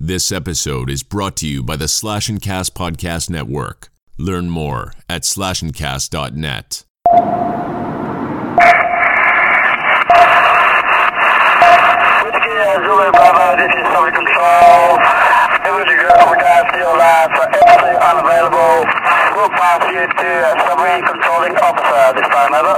This episode is brought to you by the Slash and Cast Podcast Network. Learn more at slashandcast.net. Whiskey and Zulu Bravo, this is Summer Control. It was a girl over time still alive, for everything unavailable. We'll pass you to a submarine controlling officer this time over.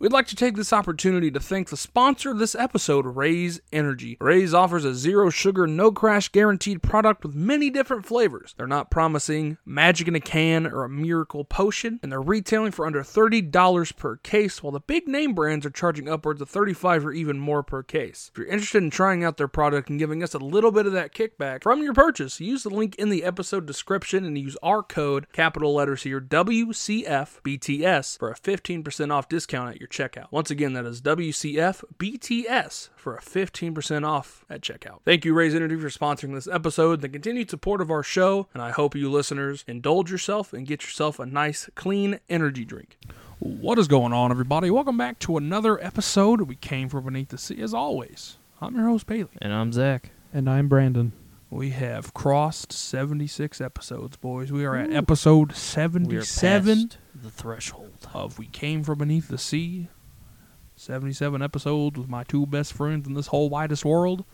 We'd like to take this opportunity to thank the sponsor of this episode, Raise Energy. Raise offers a zero sugar, no crash guaranteed product with many different flavors. They're not promising magic in a can or a miracle potion, and they're retailing for under $30 per case, while the big name brands are charging upwards of $35 or even more per case. If you're interested in trying out their product and giving us a little bit of that kickback from your purchase, use the link in the episode description and use our code, capital letters here, WCFBTS, for a 15% off discount at your checkout. Once again, that is WCFBTS for a 15% off at checkout. Thank you, Raise Energy, for sponsoring this episode, the continued support of our show, and I hope you listeners indulge yourself and get yourself a nice, clean energy drink. What is going on, everybody? Welcome back to another episode. We came from beneath the sea, as always. I'm your host, Bailey. And I'm Zach. And I'm Brandon. We have crossed 76 episodes, boys. We are at episode 77 the threshold. of We Came From Beneath the Sea. 77 episodes with my two best friends in this whole widest world.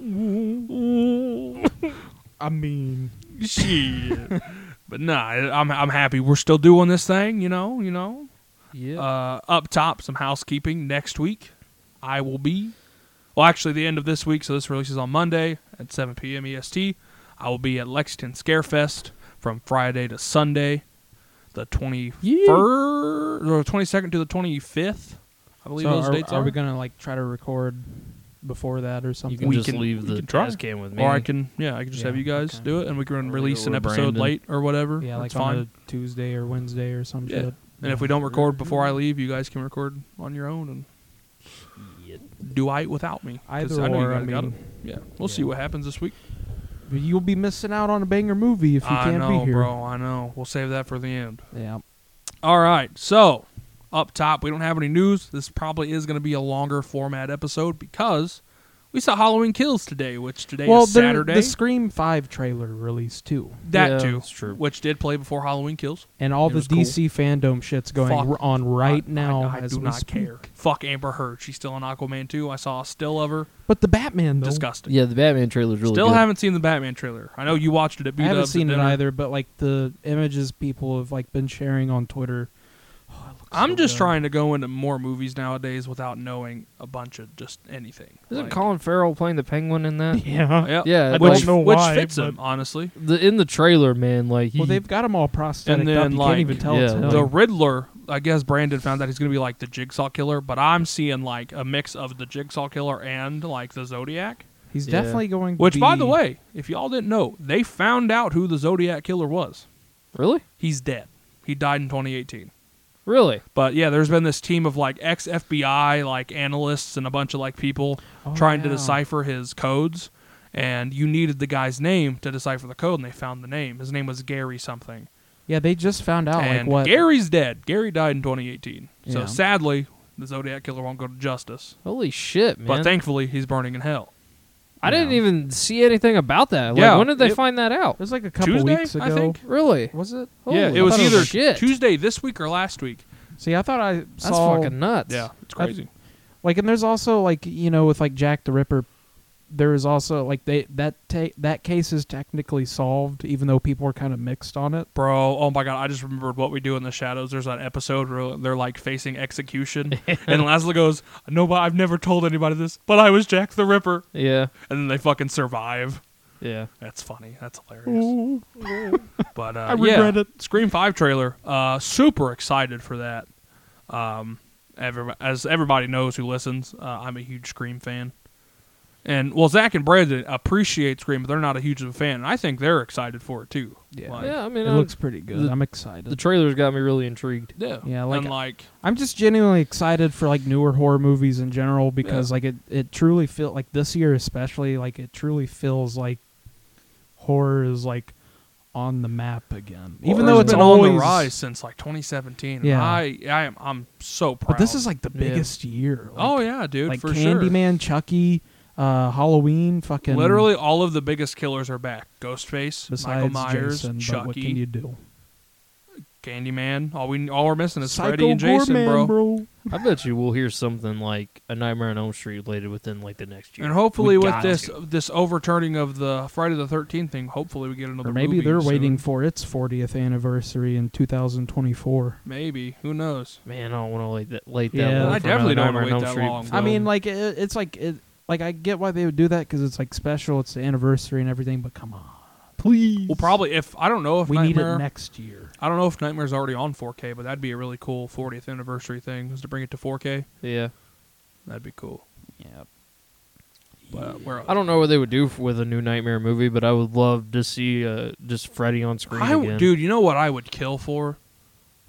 I mean, Shit. but nah, I- I'm, I'm happy. We're still doing this thing, you know, you know. Yeah. Uh, up top, some housekeeping. Next week, I will be. Well, actually, the end of this week, so this releases on Monday at 7 p.m. EST. E I will be at Lexington Scarefest from Friday to Sunday, the 21st or 22nd to the 25th. I believe so those are, dates are are. we gonna like try to record before that or you something? can we just can- leave we the can try. trash can with me. or I can, yeah, I can just have Yeah, you guys okay. do it, and we can Or release an or episode Brandon. late or whatever. yeah, That's like fine. on a Tuesday or Wednesday or some Yeah. shit. And if we don't record before I leave, you guys can record on your own and Yeah. do I without me. 'Cause Either I know you or, I guys got mean- it. yeah, we'll see Yeah. what happens this week. you'll be missing out on a banger movie if you I can't know, be here. bro. I know. We'll save that for the end. Yeah, All right. So up top, we don't have any news. This probably is going to be a longer format episode because we saw Halloween Kills today, which today well, is there- Saturday. the Scream Five trailer released too, that Yeah, too, that's true. which did play before Halloween Kills. and all It the was cool. DC fandom shit's going Fuck. r- on right I- I- now I, as do we not speak. care. Fuck Amber Heard. She's still in Aquaman 2. I saw a still of her. But the Batman though, Disgusting. Yeah, the Batman trailer's really Still good. haven't seen the Batman trailer. I know you watched it at I B-Dubs haven't at seen it dinner. either. But like the images people have like been sharing on Twitter. Oh, it looks so I'm just good. trying to go into more movies nowadays without knowing a bunch of just anything. Isn't Like- Colin Farrell playing the Penguin in that? Yeah. Yeah, Yeah, I don't which, know which why, fits but- him honestly. The in the trailer, man, like he Well, they've got them all prosthetic And then, up. You like, can't even tell it's yeah, him. like- The Riddler, I guess Brandon found that he's gonna be like the Jigsaw killer, but I'm seeing like a mix of the Jigsaw killer and like the Zodiac. He's Yeah. definitely going. to Which, by be- the way, if y'all didn't know, they found out who the Zodiac killer was. Really? He's dead. He died in 2018. Really? But yeah, there's been this team of like ex FBI like analysts and a bunch of like people Oh, trying to yeah. decipher his codes. And you needed the guy's name to decipher the code, and they found the name. His name was Gary something. yeah, they just found out Oh, like and what Gary's dead. Gary died in 2018. So Yeah. sadly, the Zodiac killer won't go to justice. Holy shit, man. But thankfully, he's burning in hell. I didn't Yeah. even see anything about that. Like Yeah, when did they it- find that it out? was like a couple Tuesday, weeks ago. I think. Really? Was it? yeah, Holy it was I thought it either was- shit. Tuesday this week or last week. See, I thought I That's saw. fucking nuts. Yeah, it's I- crazy. Like, and there's also like you know with like Jack the Ripper, there is also like they that ta- that case is technically solved, even though people are kind of mixed on it. Bro, oh my god, I just remembered what we do in the shadows. There's that episode where they're like facing execution, and Lazlo goes, "No, but I've never told anybody this, but I was Jack the Ripper," Yeah. and then they fucking survive. Yeah. That's funny. That's hilarious. but uh, I regret it. Scream Five trailer. Uh, super excited for that. Um, every, as everybody knows who listens, uh, I'm a huge Scream fan. And well, Zach and Brandon appreciate Scream, but they're not a huge of a fan. And I think they're excited for it too. Yeah. Like, Yeah, I mean, it I- looks pretty good. the- I'm excited. the trailer's got me really intrigued. yeah, Yeah, like- and like I'm just genuinely excited for like newer horror movies in general because like it it truly feel like this year especially like it truly feels like horror is like on the map again. Even though Horror's it's been always on the rise since like 2017. Yeah. I, I am I'm so proud. but this is like the Yeah. biggest year. Like, oh yeah, dude, like for sure. Candyman, Chucky, uh, Halloween, fucking Literally all of the biggest killers are back. Ghostface, Michael besides Myers, Jason, but what can Chucky, you do? Candyman. All we all we're missing is Freddy Psycho and Jason, Goreman, bro. I bet you we'll hear something like a Nightmare on Elm Street related within like the next year. And hopefully We with got this this overturning of the Friday the 13th thing, hopefully we get another Or maybe movie they're soon. waiting for its 40th anniversary in 2024. Maybe, who knows? Man, I don't want to late that late that. Yeah. I long for another definitely don't Nightmare on wanna wait Elm that Street. long, I So- mean, like it, it's like it, like I get why they would do that because it's like special, it's the anniversary and everything. But come on, please. Well, probably if I don't know if we need Nightmare it next year. I don't know if Nightmare's already on 4K, but that'd be a really cool 40th anniversary thing is to bring it to 4K. yeah. That'd be cool. Yeah, But where I don't know what they would do f with a new Nightmare movie, but I would love to see uh, just Freddy on screen I w- again. dude, you know what I would kill for?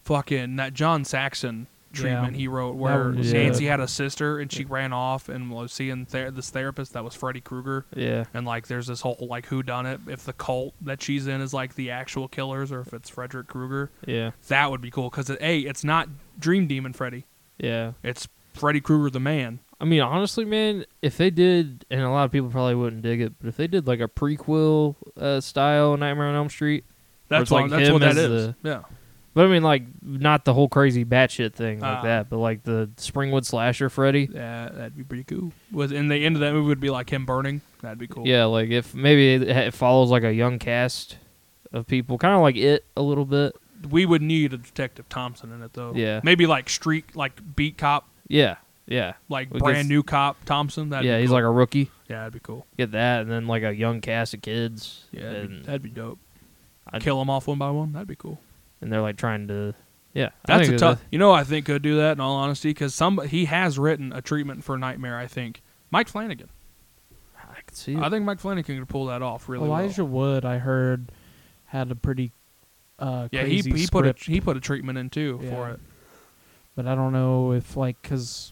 Fucking that John Saxon treatment Yeah. he wrote, where one was Nancy good. had a sister and she ran off and was seeing ther- this therapist that was Freddy Krueger, Yeah. and like there's this whole like who done it if the cult that she's in is like the actual killers or if it's Frederick Krueger. Yeah. That would be cool because it, a it's not Dream Demon Freddy, Yeah. it's Freddy Krueger the man. I mean, honestly, man, if they did, and a lot of people probably wouldn't dig it, but if they did like a prequel uh, style Nightmare on Elm Street, That's it's what like that's him what that as is. the- yeah, but I mean, like not the whole crazy batshit thing like Ah. that, but like the Springwood slasher Freddy. that that'd be pretty cool. Was and the end of that movie would be like him burning. That'd be cool. Yeah, like if maybe it, it follows like a young cast of people, kind of like it a little bit. we would need a detective Thompson in it though. Yeah. Maybe like street like beat cop, Yeah, yeah, like Well, brand guess- new cop Thompson. That'd yeah. be He's cool. like a rookie. yeah, that'd be cool. Get that, and then like a young cast of kids. Yeah, that'd, be, and, that'd be dope. I'd- Kill them off one by one. That'd be cool. and they're like trying to. Yeah, I That's think a it- tough. You know, I think could do that in all honesty because some he has written a treatment for nightmare. I think Mike Flanagan. I could see. It. I think Mike Flanagan could pull that off really Elijah well. Wood, I heard, had a pretty uh, Yeah, he crazy he put a script, he put a treatment in too Yeah. for it. but I don't know if like because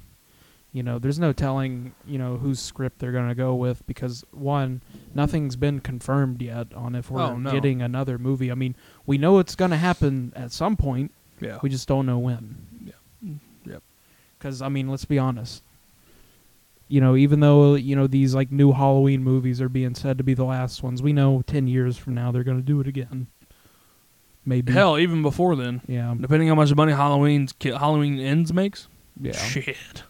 you know there's no telling you know whose script they're gonna go with because one nothing's been confirmed yet on if we're Oh, no. getting another movie. I mean, we know it's gonna happen at some point. Yeah, We just don't know when. Yeah. Yep. Because I mean, let's be honest. You know, even though you know these like new Halloween movies are being said to be the last ones, we know ten years from now they're going to do it again. Maybe hell, even before then, yeah, depending on how much money Halloween's ki- Halloween ends makes. yeah. Shit.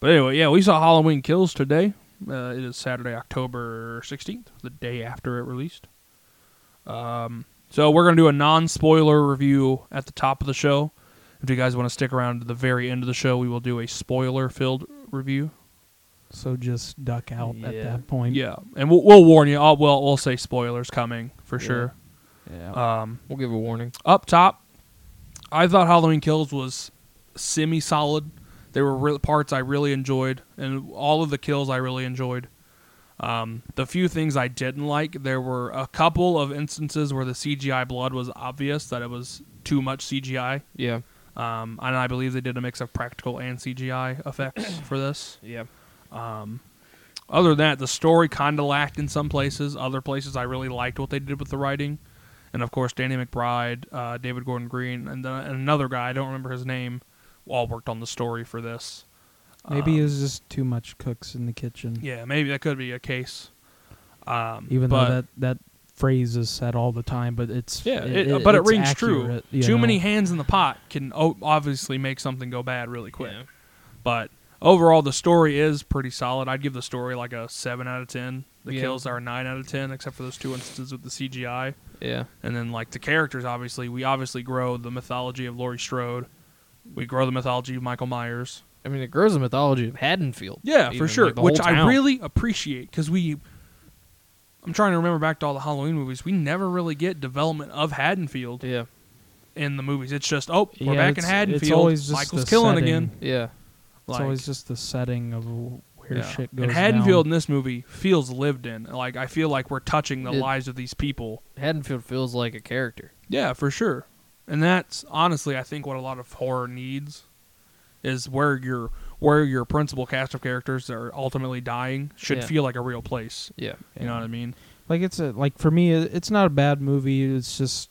But anyway, yeah, we saw Halloween Kills today. Uh, it is Saturday, October 16th, the day after it released. Um, so we're going to do a non spoiler review at the top of the show. If you guys want to stick around to the very end of the show, we will do a spoiler filled review. So just duck out at Yeah. that point. Yeah, and we'll, we'll warn you. I'll, well, we'll say spoilers coming for sure. yeah. Um, We'll give a warning. up top, I thought Halloween Kills was semi solid. There were real parts I really enjoyed, and all of the kills I really enjoyed. Um, the few things I didn't like, there were a couple of instances where the CGI blood was obvious that it was too much CGI. Yeah, Um, and I believe they did a mix of practical and CGI effects for this. yeah. Other than that, the story kind of lacked in some places. Other places, I really liked what they did with the writing, and of course, Danny McBride, uh, David Gordon Green, and, then and another guy I don't remember his name, all worked on the story for this. Maybe it's just too much cooks in the kitchen. Um, Yeah, maybe that could be a case. Um, Even but, though that that phrase is said all the time, but it's yeah, it, but it it's rings true. accurate, you Too know? many hands in the pot can o- obviously make something go bad really quick. Yeah. But overall, the story is pretty solid. I'd give the story like a seven out of ten. The Yeah. kills are a nine out of ten, except for those two instances with the CGI. Yeah. And then like the characters, obviously, we obviously grow the mythology of Laurie Strode. We grow the mythology of Michael Myers. I mean, it grows the mythology of Haddonfield. Yeah, even, for sure. like, the which whole I town. really appreciate because we. I'm trying to remember back to all the Halloween movies. We never really get development of Haddonfield Yeah. in the movies. It's just oh, we're Yeah, back in it's- Haddonfield. it's always just Michael's the killing setting. again. Yeah. It's always just the setting of w- where yeah. shit goes and Haddonfield down. in this movie feels lived in. Like I feel like we're touching the It- lives of these people. Haddonfield feels like a character. Yeah, for sure. And that's honestly, I think what a lot of horror needs is where your where your principal cast of characters that are ultimately dying should Yeah. feel like a real place. Yeah. You know what I mean? Like it's a like for me, it- it's not a bad movie. It's just,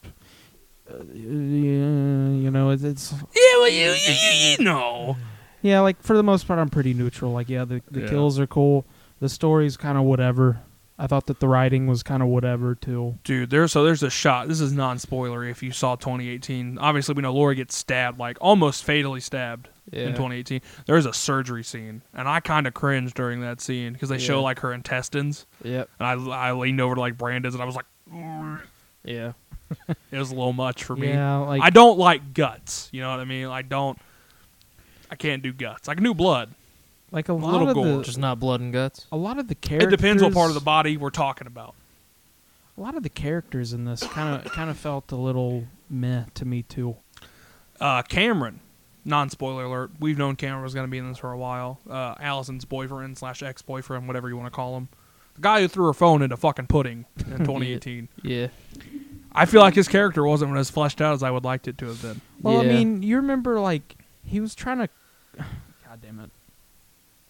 uh, yeah, you know, it, it's Yeah, well, you, you, you, you know. yeah. Like for the most part, I'm pretty neutral. Like yeah, the the Yeah. kills are cool. The story's kind of whatever. I thought that the writing was kind of whatever too. Dude, there. So there's a shot. This is non-spoilery. If you saw 2018, obviously we know Laura gets stabbed, like almost fatally stabbed Yeah. in 2018. There's a surgery scene, and I kind of cringed during that scene because they Yeah. show like her intestines, Yep. and I, I leaned over to like Brandon's, and I was like, "Mm." Yeah. it was a little much for me. Yeah, like I don't like guts. You know what I mean? I don't. I can't do guts. I can do blood. like a lot little of gore, the Just not blood and guts. a lot of the characters. It depends what part of the body we're talking about. A lot of the characters in this kind of kind of felt a little meh to me too. uh, Cameron, non spoiler alert, we've known Cameron was going to be in this for a while. Uh, Allison's boyfriend slash ex boyfriend, whatever you want to call him. The guy who threw her phone into fucking pudding in 2018. Yeah. I feel like his character wasn't as fleshed out as I would liked it to have been. Well, Yeah. I mean, you remember like he was trying to. God damn it!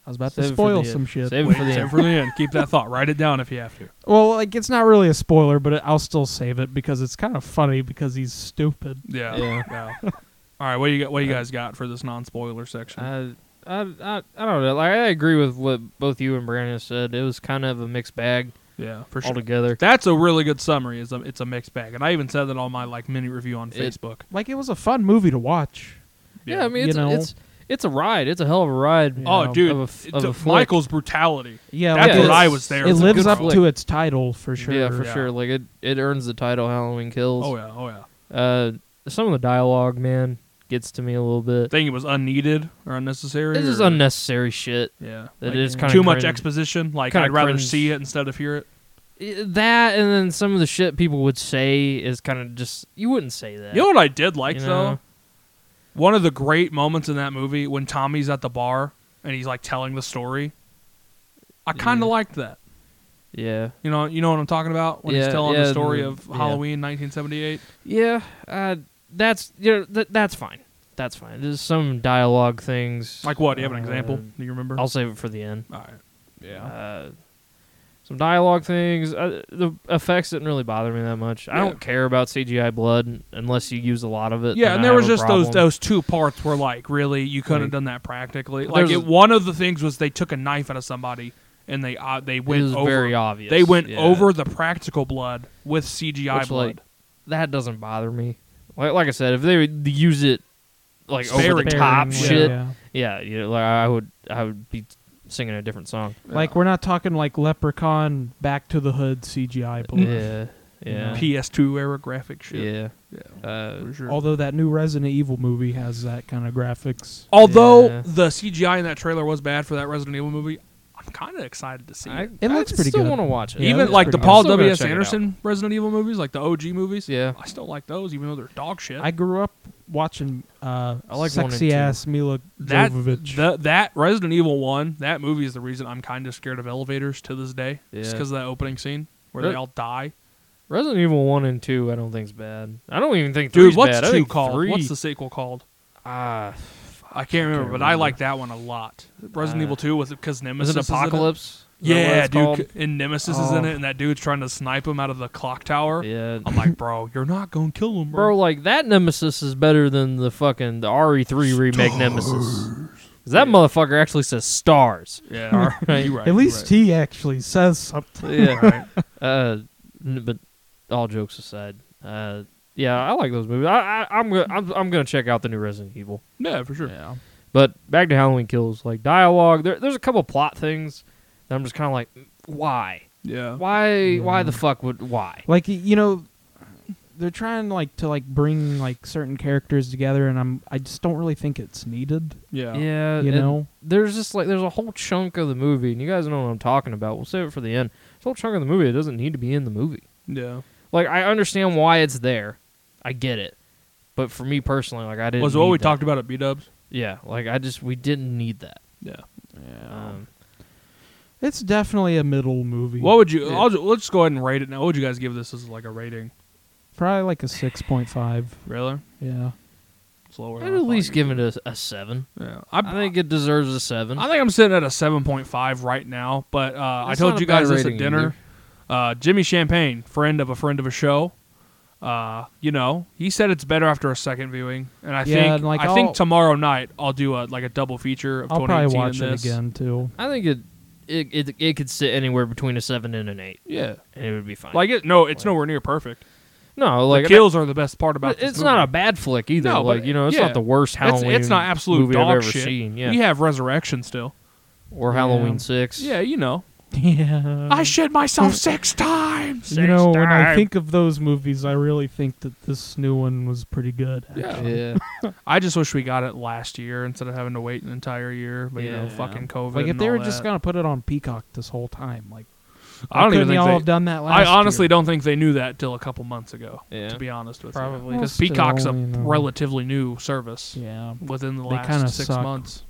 I was about Save it to for spoil the some end. shit. Save it for the Save it end. for the end. Keep that thought. Write it down if you have to. Well, like it's not really a spoiler, but it, I'll still save it because it's kind of funny because he's stupid. Yeah. Yeah. Uh, yeah. All right, what do you got? What do you guys got for this non-spoiler section? I, I, I, I don't know. Like I agree with what both you and Brandon said. It was kind of a mixed bag yeah, for sure. altogether. That's a really good summary. Is a, it's a mixed bag, and I even said that on my like mini review on It- Facebook. Like it was a fun movie to watch. Yeah, I mean, You it's, know? it's it's a ride. It's a hell of a ride. Yeah. Oh, Of dude, a f- it- of a d- flick. Michael's brutality. Yeah, That's like, what it's- I was there. It It's a lives good up flick. to its title for sure. Yeah, for Yeah. sure. Like it, it earns the title Halloween Kills. Oh yeah, oh yeah. Uh, some of the dialogue, man, gets to me a little bit. Think it was unneeded or unnecessary. It's just or- unnecessary shit. Yeah, That is kinda too much cringe. exposition. Like Kinda I'd rather cringe. see it instead of hear it. I- That and then some of the shit people would say is kind of just you wouldn't say that. You know what I did like You though? know? One of the great moments in that movie when Tommy's at the bar and he's like telling the story. I kind of Yeah. liked that. Yeah. You know, you know what I'm talking about when he's Yeah, telling yeah, the story mm, of yeah. Halloween 1978. Yeah, uh, that's you know, th- that's fine. That's fine. There's some dialogue things. Like what? Do you have an example? Uh, Do you remember? I'll save it for the end. All right. Yeah. Uh, some dialogue things. Uh, the effects didn't really bother me that much. I Yeah. don't care about CGI blood unless you use a lot of it. Yeah, then and I there have was a just those problem. those two parts where like really you couldn't have Like- done that practically. But Like there's it, a- one of the things was they took a knife out of somebody and they uh, they It went was over very obvious. they went yeah. over the practical blood with CGI Which, blood. like, that doesn't bother me. Like, like I said, if they would use it like over the Sparingly. top Yeah. shit, yeah, Yeah. you know, like I would I would be singing a different song. Like we're not talking like Leprechaun Back to the Hood CGI. But Yeah, yeah, PS2 era graphic shit. yeah. Uh, for sure. Although that new Resident Evil movie has that kind of graphics. Oh, Although Yeah. the CGI in that trailer was bad for that Resident Evil movie, I'm kind of excited to see I, it. It looks I pretty still good. want to watch it. Yeah, even that's like the pretty- Paul I'm still gonna W S check it out. Anderson Resident Evil movies, like the OG movies. Yeah. I still like those, even though they're dog shit. I grew up watching uh, I like one and sexy two. ass Mila that Jovovich. the, that Resident Evil one that movie is the reason I'm kind of scared of elevators to this day. Just Yeah. because of that opening scene where Re- they all die. Resident Evil One and Two, I don't think's bad. I don't even think Dude, three's what's bad. I two think called? Three, What's the sequel called? Uh, ah? I can't remember, but I remember. like that one a lot. Resident Uh, Evil Two with because Nemesis Was it is in Apocalypse? Is that what Yeah, it's dude, called? Oh. c- and Nemesis is in it, and that dude's trying to snipe him out of the clock tower. Yeah, I'm like, bro, you're not gonna kill him, bro. bro. Like that Nemesis is better than the fucking the RE3 remake Nemesis. 'Cause that motherfucker actually says stars. Yeah, Right. you right. At you least right. he actually says something. Yeah. Uh, n- but all jokes aside, uh, yeah, I like those movies. I, I I'm gonna I'm, I'm gonna check out the new Resident Evil. yeah, for sure. Yeah. But back to Halloween Kills, like dialogue. There, there's a couple plot things that I'm just kind of like, why, Yeah. why, why the fuck would why? like y- you know they're trying like to like bring like certain characters together and i'm i just don't really think it's needed Yeah. Yeah, you and know there's just like there's a whole chunk of the movie, and you guys know what I'm talking about. We'll save it for the end. There's a whole chunk of the movie that doesn't need to be in the movie. Yeah. Like I understand why it's there, I get it, but for me personally, like I didn't. Was what need we that. talked about at B Dubs. Yeah, like I just we didn't need that. Yeah. Um, it's definitely a middle movie What would you? Yeah. I'll, ju- let's go ahead and rate it now. What would you guys give this as like a rating? probably like a 6.5 Really? yeah It's lower. I'd than I at thought least you'd give do. it a, a seven. Yeah. Oh, I, I think it deserves a seven. I think I'm sitting at a 7.5 right now, but uh, I That's told not you a bad guys this rating at dinner. either. Uh, Jimmy Champagne, friend of a friend of a show, uh, you know, he said it's better after a second viewing, and I Yeah, think and, like, I think I'll- tomorrow night I'll do a like a double feature of i'll 2018 probably watch and it this. again too I think it, it it it could sit anywhere between a seven and an eight, Yeah, and it would be fine. like it. No, it's Like- nowhere near perfect. no, like the kills are the best part about it's not a bad flick either. No, but like you know, it's yeah. not the worst It's, Halloween. it's not absolute movie dog I've ever shit. seen. Yeah, We have Resurrection still. or Yeah. Halloween Six. Yeah, you know, yeah I shit Mm. myself six times. you know when i time. think of those movies i really think that this new one was pretty good Yeah. yeah. I just wish we got it last year instead of having to wait an entire year. But you know, Yeah. fucking COVID. like if and they all were just that. gonna put it on peacock this whole time like I don't why even couldn't y'all think have they- done that I last honestly year? don't think they knew that till a couple months ago. Yeah. To be honest with you, Probably. Well, because Peacock's a still, you know. relatively new service yeah within the They last kinda six suck. months.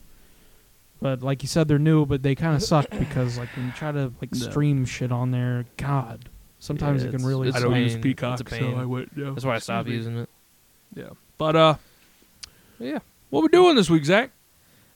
But like you said, they're new, but they kind of suck because like when you try to like No. stream shit on there, God, sometimes Yeah, it can it's- really. it's I suck. don't pain. use It's a Peacock, so pain. I would. No. That's why I stopped using it. Yeah, but uh, Yeah. what we doing this week, Zach?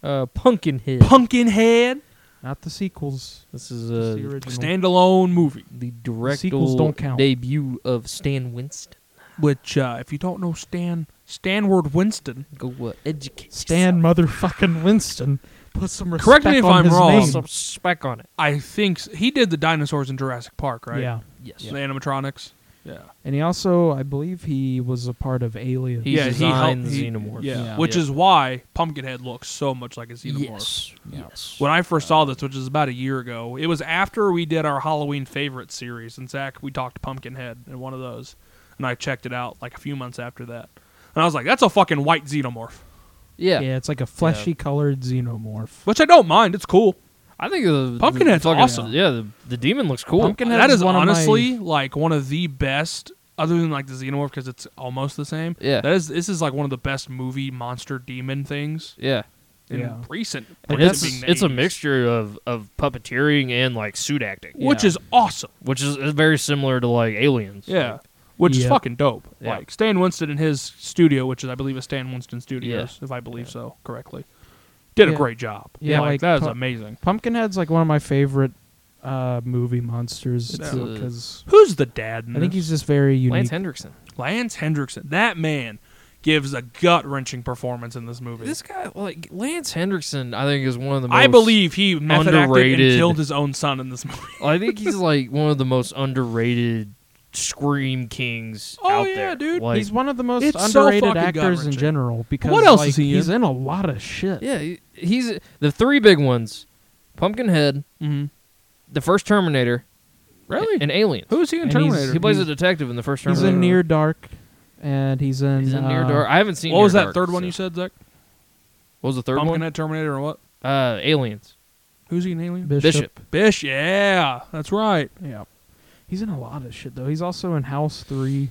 Uh, Pumpkinhead. Pumpkinhead Not the sequels. This is Just the uh, original. standalone movie. the directorial Sequels don't count. debut of Stan Winston. Which, uh, if you don't know Stan Stanward Winston, Go uh, educate. Stan motherfucking Winston. Put some respect Correct me if on I'm his wrong. name. yourself. Some spec on it. I think s- he did the dinosaurs in Jurassic Park, right? Yeah, Yes. The animatronics. Yeah. and he also, I believe, he was a part of Aliens. He Yeah, he designed helped- the he- Xenomorph. Yeah. Yeah. Which is why Pumpkinhead looks so much like a xenomorph. Yes. Yes. When I first Uh, saw this, which is about a year ago, it was after we did our Halloween favorite series, and Zach we talked Pumpkinhead in one of those, and I checked it out like a few months after that, and I was like, "That's a fucking white xenomorph," yeah. yeah. it's like a fleshy colored xenomorph. which I don't mind. It's cool. I think the Pumpkinhead's the fucking- awesome. Yeah, the, the demon looks cool. Pumpkin- Pumpkinhead that is is one of my- honestly like one of the best, other than like the xenomorph because it's almost the same. Yeah. that is this is like one of the best movie monster demon things Yeah, in Yeah. recent. and recent it's being it's a names, mixture of of puppeteering and like suit acting, which Yeah. is awesome. which is, is very similar to like aliens. Yeah. Which is Yeah. fucking dope. Yeah. Like Stan Winston in his studio, which is I believe is Stan Winston Studios, Yeah. if I believe so correctly, did a Yeah. great job. Yeah, like, like, that is pu- amazing. Pumpkinhead's like one of my favorite uh, movie monsters It's too, a- because Who's the dad? In I think this? he's just very Lance unique. Hendrickson. Lance Hendrickson. That man gives a gut wrenching performance in this movie. This guy, like Lance Hendrickson, I think is one of the. Most, I believe he method acted and underrated- killed his own son in this movie. I think he's like one of the most underrated scream kings Oh, out yeah, there. dude. Like, he's one of the most It's so underrated fucking actors in gut-wrenching. general because What else like, is he in? he's in a lot of shit. yeah, he- he's the three big ones: Pumpkinhead, mm-hmm. the first Terminator, Really? and Aliens. Who is he in And he's- Terminator? He plays a He's- detective in the first He's Terminator. in Near Dark, and he's in, He's in Near uh, Dark. I haven't seen. what was Near that Dark, third one so- you said, Zach? What was the third one? Pumpkinhead Terminator or what? Uh, Aliens. Who's he in Alien? Bishop. Bishop. Bish, yeah, that's right. Yeah, he's in a lot of shit though. He's also in House Three.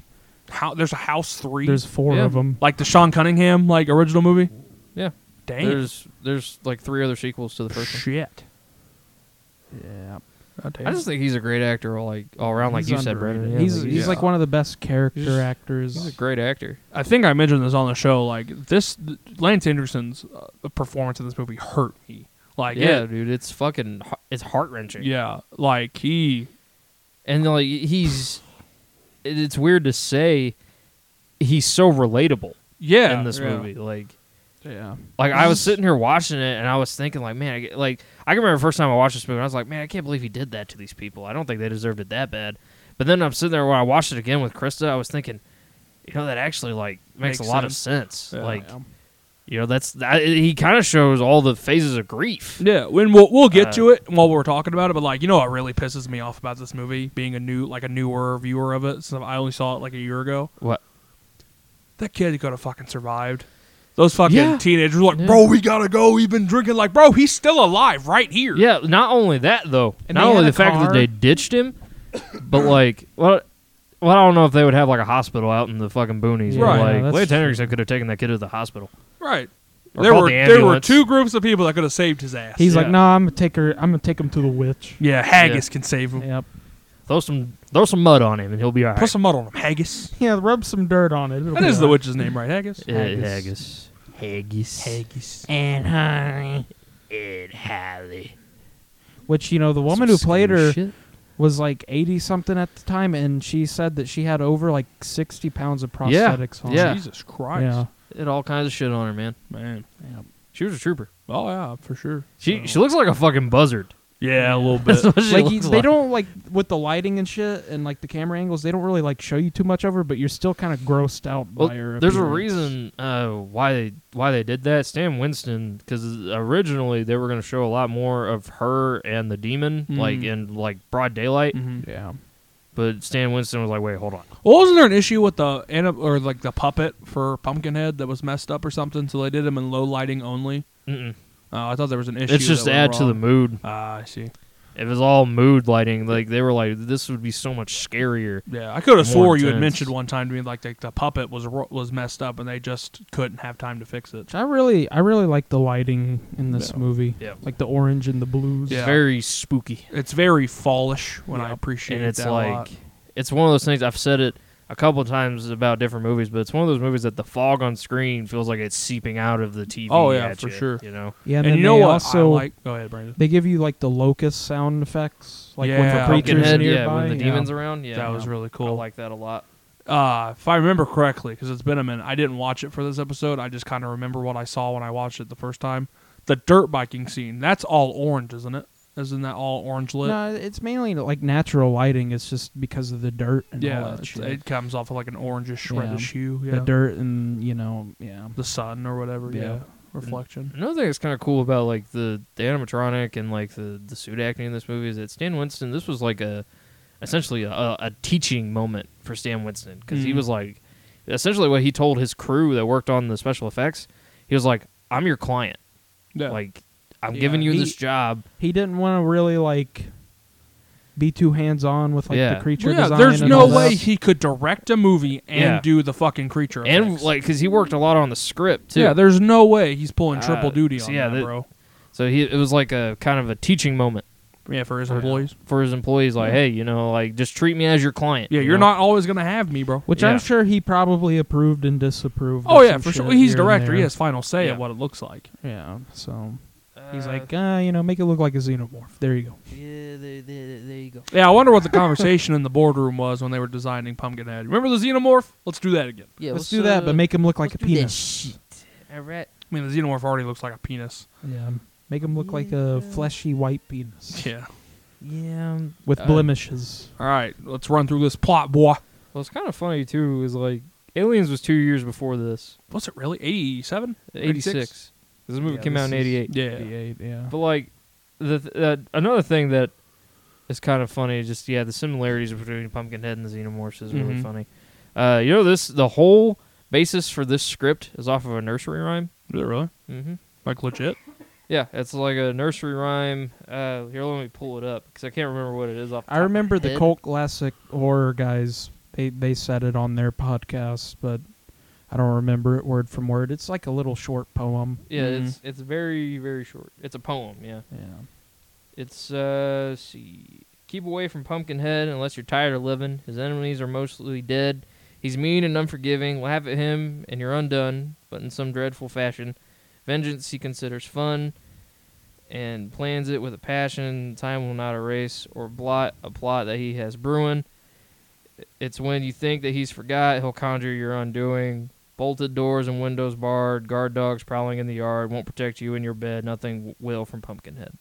How, there's a House Three. There's four Yeah. of them. like the Sean Cunningham like original movie. Yeah. Damn. There's there's like three other sequels to the first one. Shit. Yeah, I just think he's a great actor, all like all around, like He's you said, Brendan. underrated. Yeah, he's like, he's like one of the best character He's- actors. he's a great actor. I think I mentioned this on the show. Like this, Lance Anderson's uh, performance in this movie hurt me. Like yeah, it- dude, it's fucking h- it's heart wrenching. yeah. Like he, and like he's it- it's weird to say he's so relatable yeah, in this yeah. movie. Like yeah, like I was sitting here watching it and I was thinking like, man, I, get- like I can remember the first time I watched this movie, and I was like, man, I can't believe he did that to these people. I don't think they deserved it that bad. But then I'm sitting there when I watched it again with Krista, I was thinking, you know, that actually like makes, Makes a lot sense. of sense. Yeah. like You know, that's that, he kind of shows all the phases of grief. Yeah, when we'll we'll get Uh, to it while we're talking about it, but like you know what really pisses me off about this movie being a new like a newer viewer of it. So I only saw it like a year ago. What? That kid could have fucking survived. Those fucking Yeah. teenagers were like, Yeah. "Bro, we gotta go. We've been drinking." Like, bro, he's still alive right here. Yeah, not only that though. And not they only had the a fact that car. they ditched him, but like well, well, I don't know if they would have like a hospital out in the fucking boonies. but, Right. Yeah, like that's Lance true. Henriksen could have taken that kid to the hospital. right. Or there called were the there were ambulance. two groups of people that could have saved his ass. He's like, Yeah. no, nah, I'm gonna take her. I'm gonna take him to the witch. yeah, haggis can save him. Yep. Throw some throw some mud on him and he'll be all right. Put some mud on him, haggis. Yeah, rub some dirt on it. It'll That be is the all right. witch's name, right? Haggis. Yeah, Haggis. haggis. Haggis. Haggis. And honey. And Holly. Which you know, the woman who played her was like eighty something at the time, and she said that she had over like sixty pounds of Yeah, prosthetics on. yeah. Jesus Christ, Yeah. Did all kinds of shit on her, man. man. She was a trooper. Oh yeah, for sure. She she looks like a fucking buzzard. Yeah, a little bit. That's what she Like, you- looks they don't like with the lighting and shit, and like the camera angles, they don't really like show you too much of her, but you're still kind of grossed out Well, by her. there's a appearance. reason uh, why they why they did that. Stan Winston, because originally they were going to show a lot more of her and the demon, like Mhm. in like broad daylight. Mhm. Yeah. But Stan Winston was like, "Wait, hold on." Well, wasn't there an issue with the anim- or like the puppet for Pumpkinhead that was messed up or something? So they did him in low lighting only. Mm-mm. Oh, I thought there was an issue. It's just to that add went to the wrong. mood. Ah, I see. It was all mood lighting. Like they were like, "This would be so much scarier." Yeah, I could have More swore you had intense. mentioned one time to me like the, the puppet was ro- was messed up and they just couldn't have time to fix it. Which I really, I really like the lighting in this Yeah. movie. Yeah. Like the orange and the blues. Yeah. Very spooky, It's very fallish when I Yeah. appreciate and it's that a like, lot. it's one of those things. I've said it a couple of times about different movies, but it's one of those movies that the fog on screen feels like it's seeping out of the TV. Oh, yeah, at for ya, sure. You know, Yeah, and, and then you know they what? Also, I like. Go ahead, Brandon. they give you like the locust sound effects, like when the Yeah. creatures Pumpkinhead, nearby. yeah, when the demons around, yeah, that was really I cool. like that a lot. uh, if I remember correctly, because it's been a minute, I didn't watch it for this episode. I just kind of remember what I saw when I watched it the first time. The dirt biking scene. That's all orange, isn't it? Isn't that all orange lit? No, it's mainly like natural lighting. It's just because of the dirt and all yeah, that it's- shit. it comes off of like an orangish Yeah. reddish hue. Yeah, The dirt and you know, yeah. the sun or whatever. Yeah, Yeah. reflection. Another thing that's kind of cool about like the, the animatronic and like the, the suit acting in this movie is that Stan Winston. This was like a essentially a, a teaching moment for Stan Winston because he Mm. was like essentially what he told his crew that worked on the special effects. He was like, "I'm your client. Yeah, Like, I'm Yeah, giving you he- this job." He didn't want to really like be too hands on with like Yeah. the creature Well, yeah. design There's and no all that. way he could direct a movie and Yeah. do the fucking creature And effects. like, because he worked a lot on the script too. yeah, there's no way he's pulling Uh, triple duty so on yeah, that, that- bro. so he it was like a kind of a teaching moment Yeah, for his Yeah. employees. for his employees. Like, hey, you know, like just treat me as your client. Mm-hmm. Yeah, you you're know? not always gonna have me, bro. Which Yeah. I'm sure he probably approved and disapproved. Oh of yeah, some for sure. shit He's here and director. He there. has final say Yeah. of what it looks like. Yeah. So he's Uh, like, uh, you know, make it look like a xenomorph. There you go. yeah, there, there, there you go. Yeah, I wonder what the conversation in the boardroom was when they were designing Pumpkinhead. Remember the xenomorph? Let's do that again. Yeah, Let's do that, but make him look like a penis. All right. I mean, the xenomorph already looks like a penis. Yeah. Make him look like a fleshy white penis Yeah. Yeah. um, with Uh, blemishes. All right, let's run through this plot, boy. Well, it's kind of funny too. Is like Aliens was two years before this, What's it really? 87? eighty six. This movie Yeah, came this out in is- eighty eight. Yeah. yeah. But like, the th- that another thing that is kind of funny. is Just yeah, the similarities between Pumpkinhead and the Xenomorphs is really Mm-hmm. Mhm. funny. Uh, you know this the whole basis for this script is off of a nursery rhyme. Is it really? Mm-hmm. Like legit? Yeah, it's like a nursery rhyme. Uh, here, let me pull it up because I can't remember what it is off. the I top of my remember the head. cult classic horror guys. They they said it on their podcast, but I don't remember it word from word. It's like a little short poem. Yeah, Mhm. it's Mm-hmm. it's very very short. It's a poem. Yeah, Yeah. it's uh let's see. Keep away from Pumpkinhead unless you're tired of living. His enemies are mostly dead. He's mean and unforgiving. Laugh at him and you're undone, but in some dreadful fashion. Vengeance he considers fun, and plans it with a passion. Time will not erase or blot a plot that he has brewing. It's when you think that he's forgot, he'll conjure your undoing. Bolted doors and windows barred, guard dogs prowling in the yard, won't protect you in your bed, nothing will from Pumpkinhead.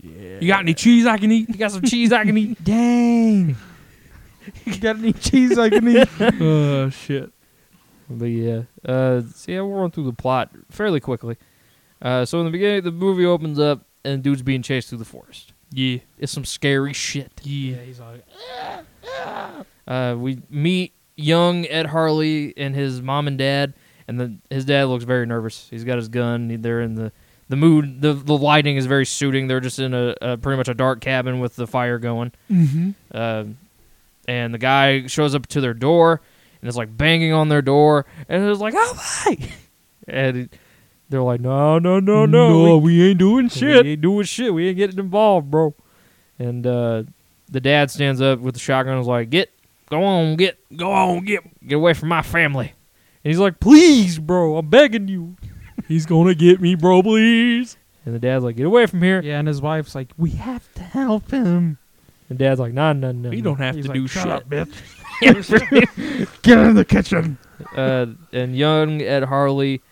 You got any cheese I can eat? You got some cheese I can eat? Dang. you got any cheese I can eat? Oh, shit. But yeah, uh, so yeah, we'll run through the plot fairly quickly. Uh, so in the beginning, the movie opens up and dude's being chased through the forest. Yeah. It's some scary shit. Yeah, he's like, Uh, we meet young Ed Harley and his mom and dad, and the, his dad looks very nervous. He's got his gun. They're in the the mood. the The lighting is very suiting. They're just in a, a pretty much a dark cabin with the fire going. mm-hmm. Uh, and the guy shows up to their door and is like banging on their door, and it's like, "Oh my!" And it- they're like, "No, no, no, no, we ain't doing we ain't doing shit. We ain't getting involved, bro. And uh, the dad stands up with the shotgun and is like, get, go on, get, go on, get, get away from my family. And he's like, please, bro, I'm begging you. He's gonna get me, bro, please. And the dad's like, get away from here. Yeah, and his wife's like, we have to help him. And dad's like, nah, nah, nah. We nah." don't have He's to like, do "Shut shit. up, bitch. Yeah, pretty- Get in the kitchen. uh, and young Ed Harley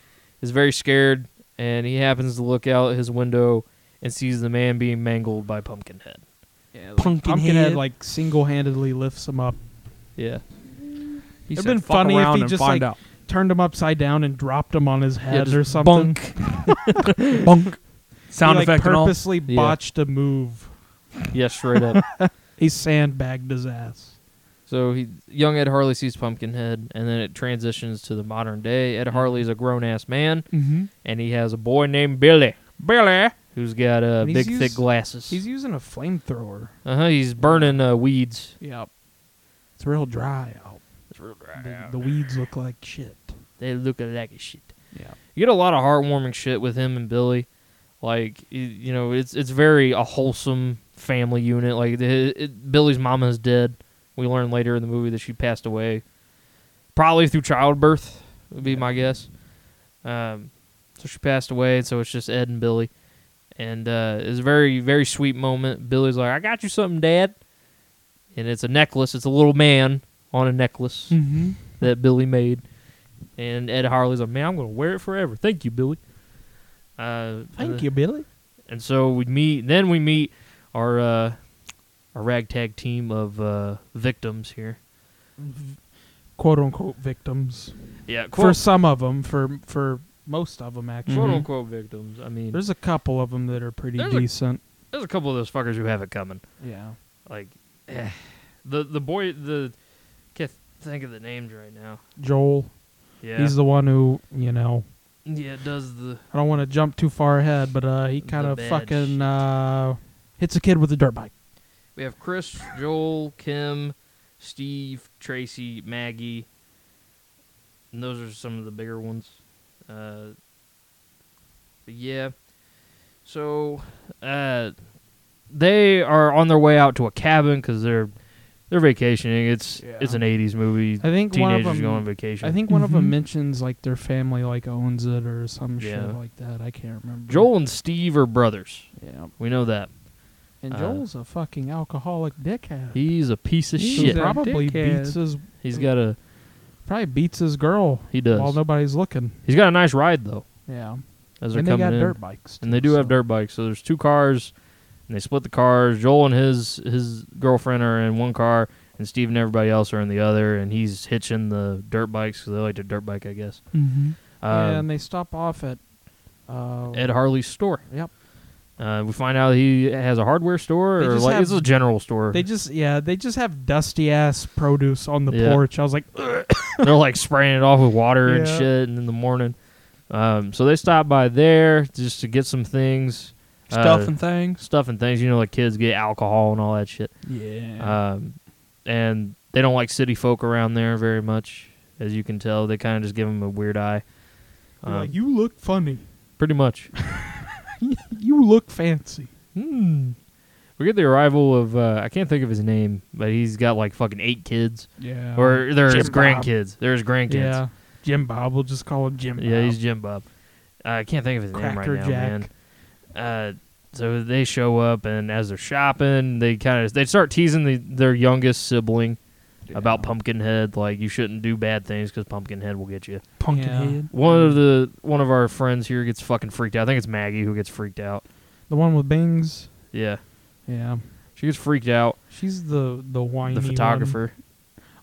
is very scared, and he happens to look out his window and sees the man being mangled by Pumpkinhead. Yeah, like, Pumpkinhead. Pumpkinhead like single-handedly lifts him up. Yeah. He It'd said, been "Fuck funny if around he and just, find like, out. Turned him upside down and dropped him on his head just or something. Bunk. bunk. Sound he, like, effect and all. purposely Yeah. botched a move. yeah, straight up. He sandbagged his ass. So he, young Ed Harley sees Pumpkinhead, and then it transitions to the modern day. Ed Harley is a grown ass man, Mm-hmm. and he has a boy named Billy. Billy, who's got uh, And he's big thick used- glasses. He's using a flamethrower. uh huh. He's burning uh, weeds. Yep. It's real dry out. The, the weeds look like shit. They look like shit. Yeah. You get a lot of heartwarming shit with him and Billy. Like y- you know, it's it's very a wholesome family unit. Like the, it, Billy's mama is dead. We learn later in the movie that she passed away, probably through childbirth. Would be my guess. Um, so she passed away, and so it's just Ed and Billy, and uh, it's a very very sweet moment. Billy's like, "I got you something, Dad," and it's a necklace. It's a little man on a necklace Mm-hmm. that Billy made. And Ed Harley's like, man, I'm going to wear it forever. Thank you, Billy. Uh, Thank and, you, Billy. And so we meet, then we meet our uh, our ragtag team of uh, victims here. Quote unquote victims. Yeah, For quote, some of them, for for most of them actually. quote Mhm. unquote victims. I mean, Mm-hmm. there's, There's a couple of them that are pretty There's a- decent. a couple of those fuckers who have it coming. yeah. Like, eh. the the boy, the can't think of the names right now. Joel, Yeah, he's the one who you know. yeah, it does the I don't want to jump too far ahead, but uh, he The kind of bad fucking uh, hits a kid with a dirt bike. We have Chris, Joel, Kim, Steve, Tracy, Maggie. And those are some of the bigger ones. Uh, but yeah. So uh, they are on their way out to a cabin because they're they're vacationing. It's Yeah. it's an '80s movie. I think one of Teenagers them. go on vacation. Mm-hmm. I think one of Mhm. them mentions like their family like owns it or some Yeah. shit like that. I can't remember. Joel and Steve are brothers. Yeah. We know that. And Uh, Joel's a fucking alcoholic dickhead. He's a piece of He shit. a- probably dickhead. beats his He's got a probably beats his girl he does. while nobody's looking. He's got a nice ride though. Yeah. As they're And they coming got in. dirt bikes. and they do too, have so- dirt bikes. So there's two cars, and they split the cars. Joel and his his girlfriend are in one car, and Steve and everybody else are in the other. And he's hitching the dirt bikes because they like to dirt bike, I guess. Mm-hmm. Mhm. yeah, Uh, and they stop off at uh Ed Harley's store. Yep. Uh, we find out he has a hardware store, They or just like have- it's a general store. they just yeah, they just have dusty ass produce on the Yeah. porch. I was like, They're like spraying it off with water and Yeah. shit, and in the morning. Um, so they stop by there just to get some things, Stuff uh, and things. stuff and things. You know, like kids get alcohol and all that shit. yeah. Um, and they don't like city folk around there very much, as you can tell. They kind of just give them a weird eye. They're Um, like, you look funny. pretty much. you look fancy. Hmm. We get the arrival of uh, I can't think of his name, but he's got like fucking eight kids, Yeah. or they're his Jim Bob. grandkids. They're his grandkids. yeah. Jim Bob, we'll just call him Jim Yeah, Bob. he's Jim Bob. Uh, I can't think of his name Cracker right now, Jack. man. Uh, so they show up, and as they're shopping, they kind of they start teasing the, their youngest sibling about Pumpkinhead. Like you shouldn't do bad things because Pumpkinhead will get you. Pumpkinhead. One of the one of our friends here gets fucking freaked out. I think it's Maggie who gets freaked out. the one with bangs. Yeah, Yeah. she gets freaked out. She's the the whiny The one. photographer.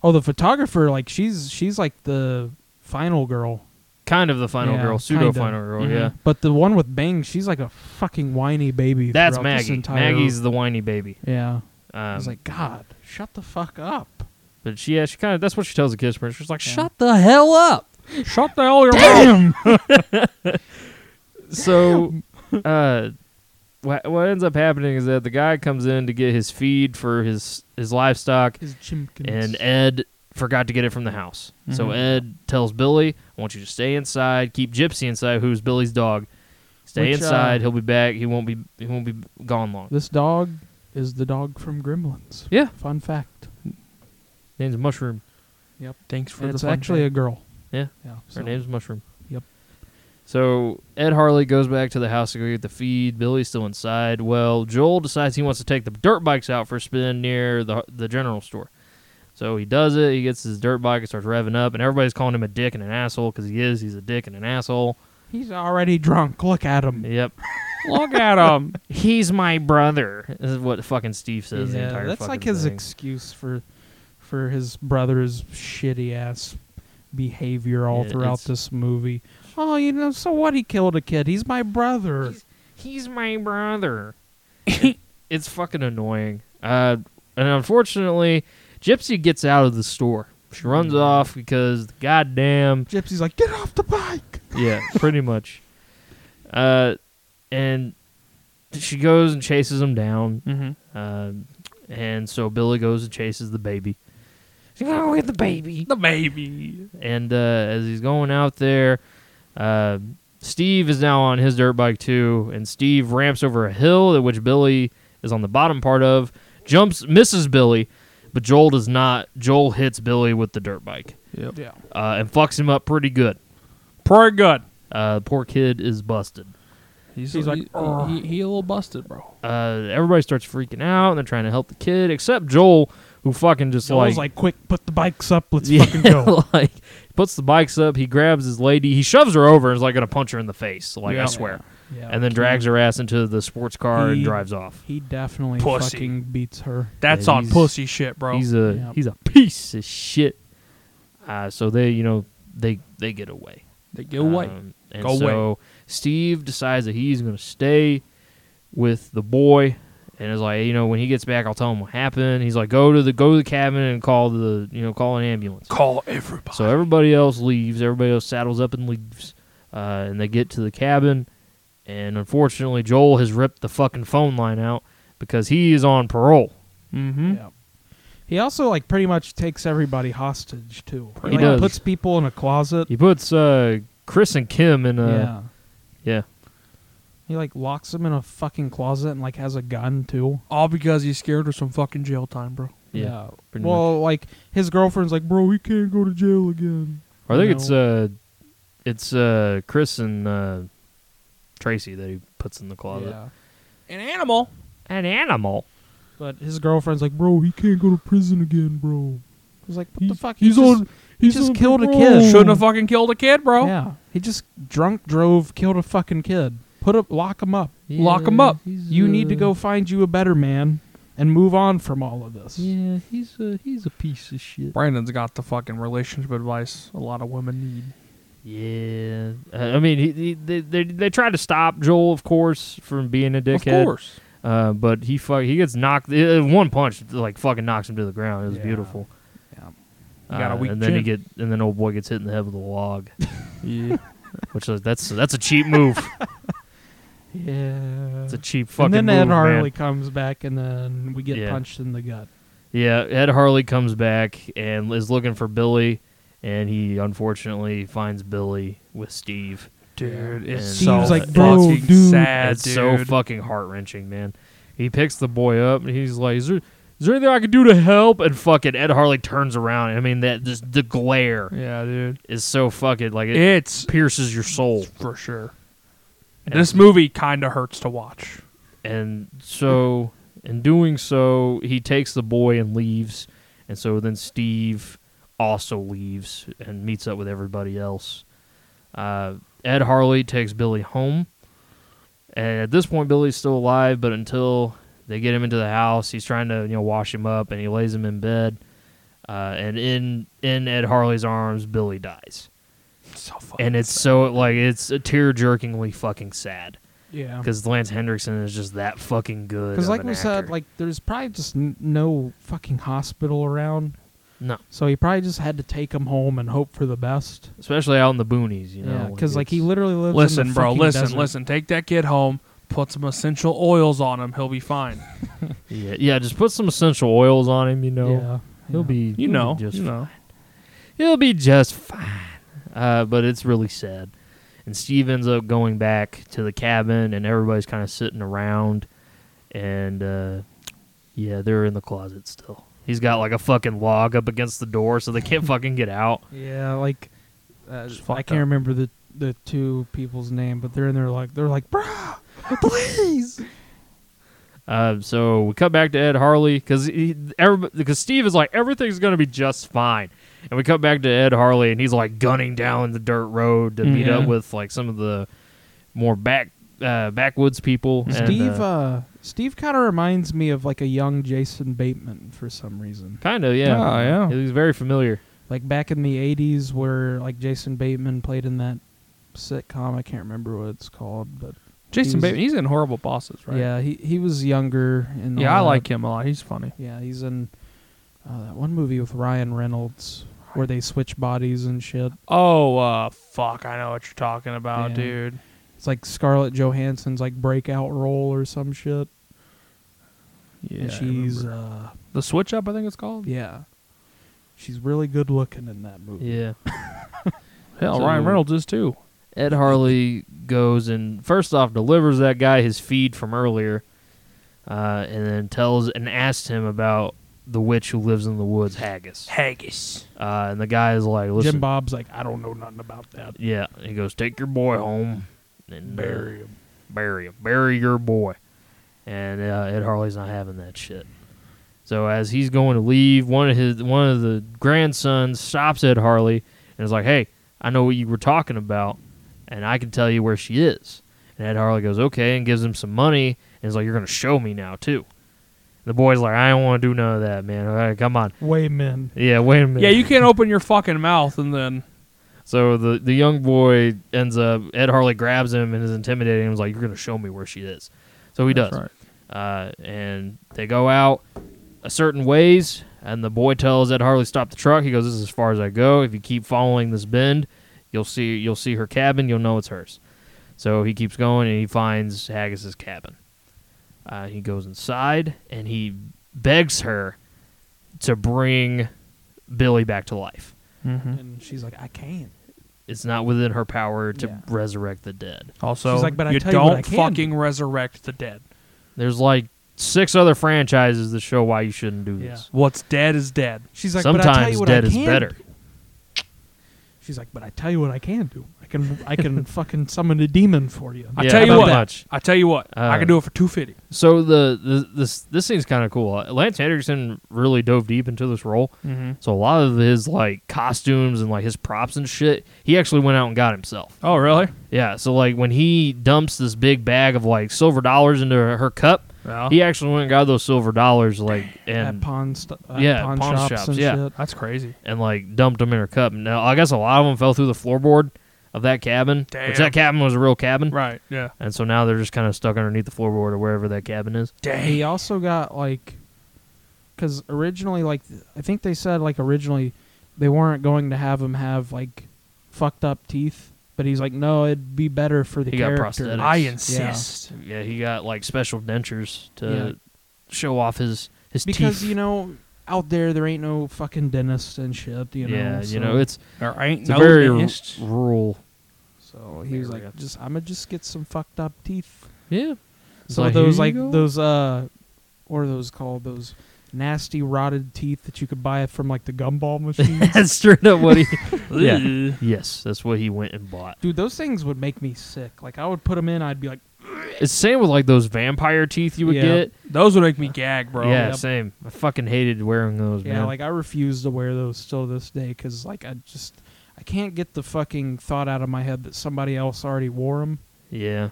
Oh, the photographer, like she's she's like the final girl. Kind of the final Yeah, girl, pseudo kinda. final girl. Mhm. Yeah, But the one with Bang, she's like a fucking whiny baby. that's throughout This Maggie. entire, Maggie's the whiny baby. Yeah. Um, I was like, God, shut the fuck up. but she, yeah, she kind of that's what she tells the kids. She's just like, Yeah. shut the hell up. Shut the hell your Damn! So, uh, what what ends up happening is that the guy comes in to get his feed for his his livestock, His chimkins. and Ed forgot to get it from the house. So Mhm. Ed tells Billy, "I want you to stay inside. Keep Gypsy inside, who's Billy's dog. Stay Which, uh, inside. he'll be back. He won't be. He won't be gone long. this dog is the dog from Gremlins. Yeah. Fun fact. Name's Mushroom. Yep. Thanks for And the it's fun actually fact. a girl. Yeah. Yeah. Her name's Mushroom. Yep. So Ed Harley goes back to the house to go get the feed. Billy's still inside. Well, Joel decides he wants to take the dirt bikes out for a spin near the the general store. So he does it. He gets his dirt bike and starts revving up, and everybody's calling him a dick and an asshole because he is. He's a dick and an asshole. He's already drunk. Look at him. Yep. Look at him. He's my brother. This is what fucking Steve says. the yeah, entire that's fucking like his thing. excuse for for his brother's shitty ass behavior all Yeah, throughout it's- this movie. Oh, you know, so what? He killed a kid. He's my brother. He's my brother. It- it's fucking annoying. Uh, and unfortunately, Gypsy gets out of the store. She runs off because goddamn, Gypsy's like, get off the bike. yeah, pretty much. Uh, and she goes and chases him down. Mm-hmm. Uh, and so Billy goes and chases the baby. She's like, "Oh, get the baby. The baby. And uh, as he's going out there, uh, Steve is now on his dirt bike too, and Steve ramps over a hill that which Billy is on the bottom part of, jumps, misses Billy, but Joel does not. Joel hits Billy with the dirt bike Yeah. uh, and fucks him up pretty good. Pretty good. Uh, poor kid is busted. He's, He's like, like, "Oh." he, he, he a little busted, bro. Uh, everybody starts freaking out and they're trying to help the kid, except Joel, who fucking just So I was like like, quick, put the bikes up. Let's Yeah, fucking go. like puts the bikes up. He grabs his lady. He shoves her over and is like gonna punch her in the face. Like I Yeah. swear. Yeah, and then drags her ass into the sports car and He- drives off. He definitely Pussy. fucking beats her. That's Yeah, on he's- pussy shit, bro. He's a Yep. he's a piece of shit. Uh, so they you know they they get away. they get away. Um, and Go so Steve decides that he's going to stay with the boy, and is like you know when he gets back I'll tell him what happened. He's like go to the go to the cabin and call the you know call an ambulance. Call everybody. So everybody else leaves. Everybody else saddles up and leaves, uh, and they get to the cabin. And unfortunately, Joel has ripped the fucking phone line out because he is on parole. mm-hmm. Yeah. He also like pretty much takes everybody hostage too. He like, does. Puts people in a closet. He puts uh, Chris and Kim in a yeah. yeah. He like locks them in a fucking closet and like has a gun too. All because he's scared of some fucking jail time, bro. Yeah, pretty Well, like his girlfriend's like, bro, we can't go to jail again. I think you it's uh, it's uh, Chris and uh, Tracy that he puts in the closet. Yeah. An animal. An animal. But his girlfriend's like, bro, he can't go to prison again, bro. I was like, what the He's- fuck? he's he on- Just, he he's just on killed a parole. kid. Shouldn't have fucking killed a kid, bro. Yeah. He just drunk drove, killed a fucking kid. Put up, lock him up. Lock 'em up. You need to go find you a better man and move on from all of this. Yeah, he's a he's a piece of shit. Brandon's got the fucking relationship advice a lot of women need. Yeah, uh, I mean, he, he, they, they they try to stop Joel, of course, from being a dickhead. Of course. Uh, but he fuck he gets knocked uh, one punch like fucking knocks him to the ground. It was Yeah. beautiful. Yeah. He got a Uh, weak and then he chin. get and then old boy gets hit in the head with a log, Yeah. which is that's that's a cheap move. Yeah. It's a cheap fucking and then move, Ed Harley man. comes back, and then we get Yeah. punched in the gut. Yeah, Ed Harley comes back and is looking for Billy, and he unfortunately finds Billy with Steve. dude, And it's so Steve's like, bro, fucking dude. sad, it's dude. so fucking heart wrenching, man. He picks the boy up and he's like, "Is there, is there anything I can do to help?" And fucking Ed Harley turns around. I mean, that just the glare yeah, dude. is so fucking like it, It's pierces your soul. for sure. And- This movie kind of hurts to watch. And so, in doing so, he takes the boy and leaves. And so then Steve also leaves and meets up with everybody else. Uh, Ed Harley takes Billy home. And at this point, Billy's still alive, but until they get him into the house, he's trying to you know wash him up, and he lays him in bed. Uh, and in in Ed Harley's arms, Billy dies. So fucking and it's so like it's tear jerkingly fucking sad Yeah. because Lance Hendrickson is just that fucking good. Because of Um, like an we said, actor. like there's probably just n- no fucking hospital around, no, so he probably just had to take him home and hope for the best. especially out in the boonies, you Yeah, know. because like he it's- literally lives. in Listen, the bro. fucking Listen, desert. listen. Take that kid home. Put some essential oils on him. He'll be fine. yeah, yeah, just put some essential oils on him, you know. Yeah, He'll yeah. be, You he'll know. be just you know. he'll be just fine. Uh, but it's really sad. And Steve ends up going back to the cabin, and everybody's kind of sitting around, and uh, yeah, they're in the closet still. He's got like a fucking log up against the door, so they can't fucking get out. Yeah, like uh, Just I fucked can't up. remember the the two people's name, but they're in there like they're like, bro, please. Uh, so we cut back to Ed Harley because because Steve is like everything's gonna be just fine, and we cut back to Ed Harley and he's like gunning down the dirt road to meet Mhm. up with like some of the more back uh, backwoods people. and, Steve, uh, uh, Steve kind of reminds me of like a young Jason Bateman for some reason. kind of yeah, Oh, yeah. He's very familiar. Like back in the '80s, where like Jason Bateman played in that sitcom. I can't remember what it's called, but Jason He's- Bateman. He's in horrible bosses, right? yeah, he he was younger. And Yeah, all I that. like him a lot. He's funny. Yeah, he's in uh, that one movie with Ryan Reynolds where they switch bodies and shit. Oh, uh, fuck. I know what you're talking about, Yeah. dude. It's like Scarlett Johansson's like breakout role or some shit. Yeah. and I she's remember. uh the switch up, I think it's called. yeah. She's really good looking in that movie. Yeah. Hell, So- Ryan Reynolds is too. Ed Harley goes and first off delivers that guy his feed from earlier, uh, and then tells and asks him about the witch who lives in the woods, Haggis. Haggis. Uh, and the guy is like, "Listen, Jim Bob's like, I don't know nothing about that. Yeah, he goes, take your boy home and uh, Bury him. bury him, bury your boy. And uh, Ed Harley's not having that shit. So as he's going to leave, one of his one of the grandsons stops Ed Harley and is like, "Hey, I know what you were talking about, and I can tell you where she is." And Ed Harley goes, "Okay," and gives him some money and is like, "You're gonna show me now too." The boy's like, "I don't want to do none of that, man. All right, come on." Way men. Yeah, wait a minute. Yeah, you can't open your fucking mouth and then. So the the young boy ends up Ed Harley grabs him and is intimidating him. He's like, "You're gonna show me where she is." So he does, uh, and they go out a certain ways. And the boy tells Ed Harley stop the truck. He goes, "This is as far as I go. If you keep following this bend, you'll see you'll see her cabin. You'll know it's hers." So he keeps going and he finds Haggis's cabin. Uh, he goes inside and he begs her to bring Billy back to life Mm-hmm. And she's like, I can't. it's not within her power to Yeah. resurrect the dead. Also, She's like, "But I you tell you what don't I can fucking resurrect the dead. There's like six other franchises that show why you shouldn't do Yeah. this. What's dead is dead. She's like, but I tell Sometimes you what dead I is can better. do." She's like, but I tell you what I can do. I can I can fucking summon a demon for you. I Yeah, tell you pretty what. much. I tell you what. I Uh, can do it for two fifty. So the, the this this thing's kind of cool. Uh, Lance Henderson really dove deep into this role. Mm-hmm. So a lot of his like costumes and like his props and shit, he actually went out and got himself. Oh, really? Yeah. So like when he dumps this big bag of like silver dollars into her cup, Yeah. he actually went and got those silver dollars like at and pawn, st- uh, yeah, pawn, pawn shops, shops, and yeah. shit. That's crazy. and like dumped them in her cup. Now I guess a lot of them fell through the floorboard of that cabin, which Damn. that cabin was a real cabin, Right. Yeah. and so now they're just kind of stuck underneath the floorboard or wherever that cabin is. He also got like, because originally, like, th- I think they said like originally, they weren't going to have him have like fucked up teeth, but he's like, no, it'd be better for the He got character. prosthetics. I insist. Yeah, he got like special dentures to Yeah. show off his his because teeth. you know, out there there ain't no fucking dentist and shit. You know, yeah, you so- know it's There ain't it's no a very r- dentist. rural. So he was There like, we go. just I'm gonna just get some fucked up teeth. Yeah, It's So like, those "Here like you go." those uh, what are those called? Those nasty rotted teeth that you could buy from like the gumball machines. that's straight up what he. yeah. Ugh. Yes, that's what he went and bought. Dude, those things would make me sick. Like I would put them in, I'd be like, It's same with like those vampire teeth you would Yeah. get. Those would make me gag, bro. yeah, Yep. same. I fucking hated wearing those, yeah, man. like I refuse to wear those still this day because like I just I can't get the fucking thought out of my head that somebody else already wore them, yeah.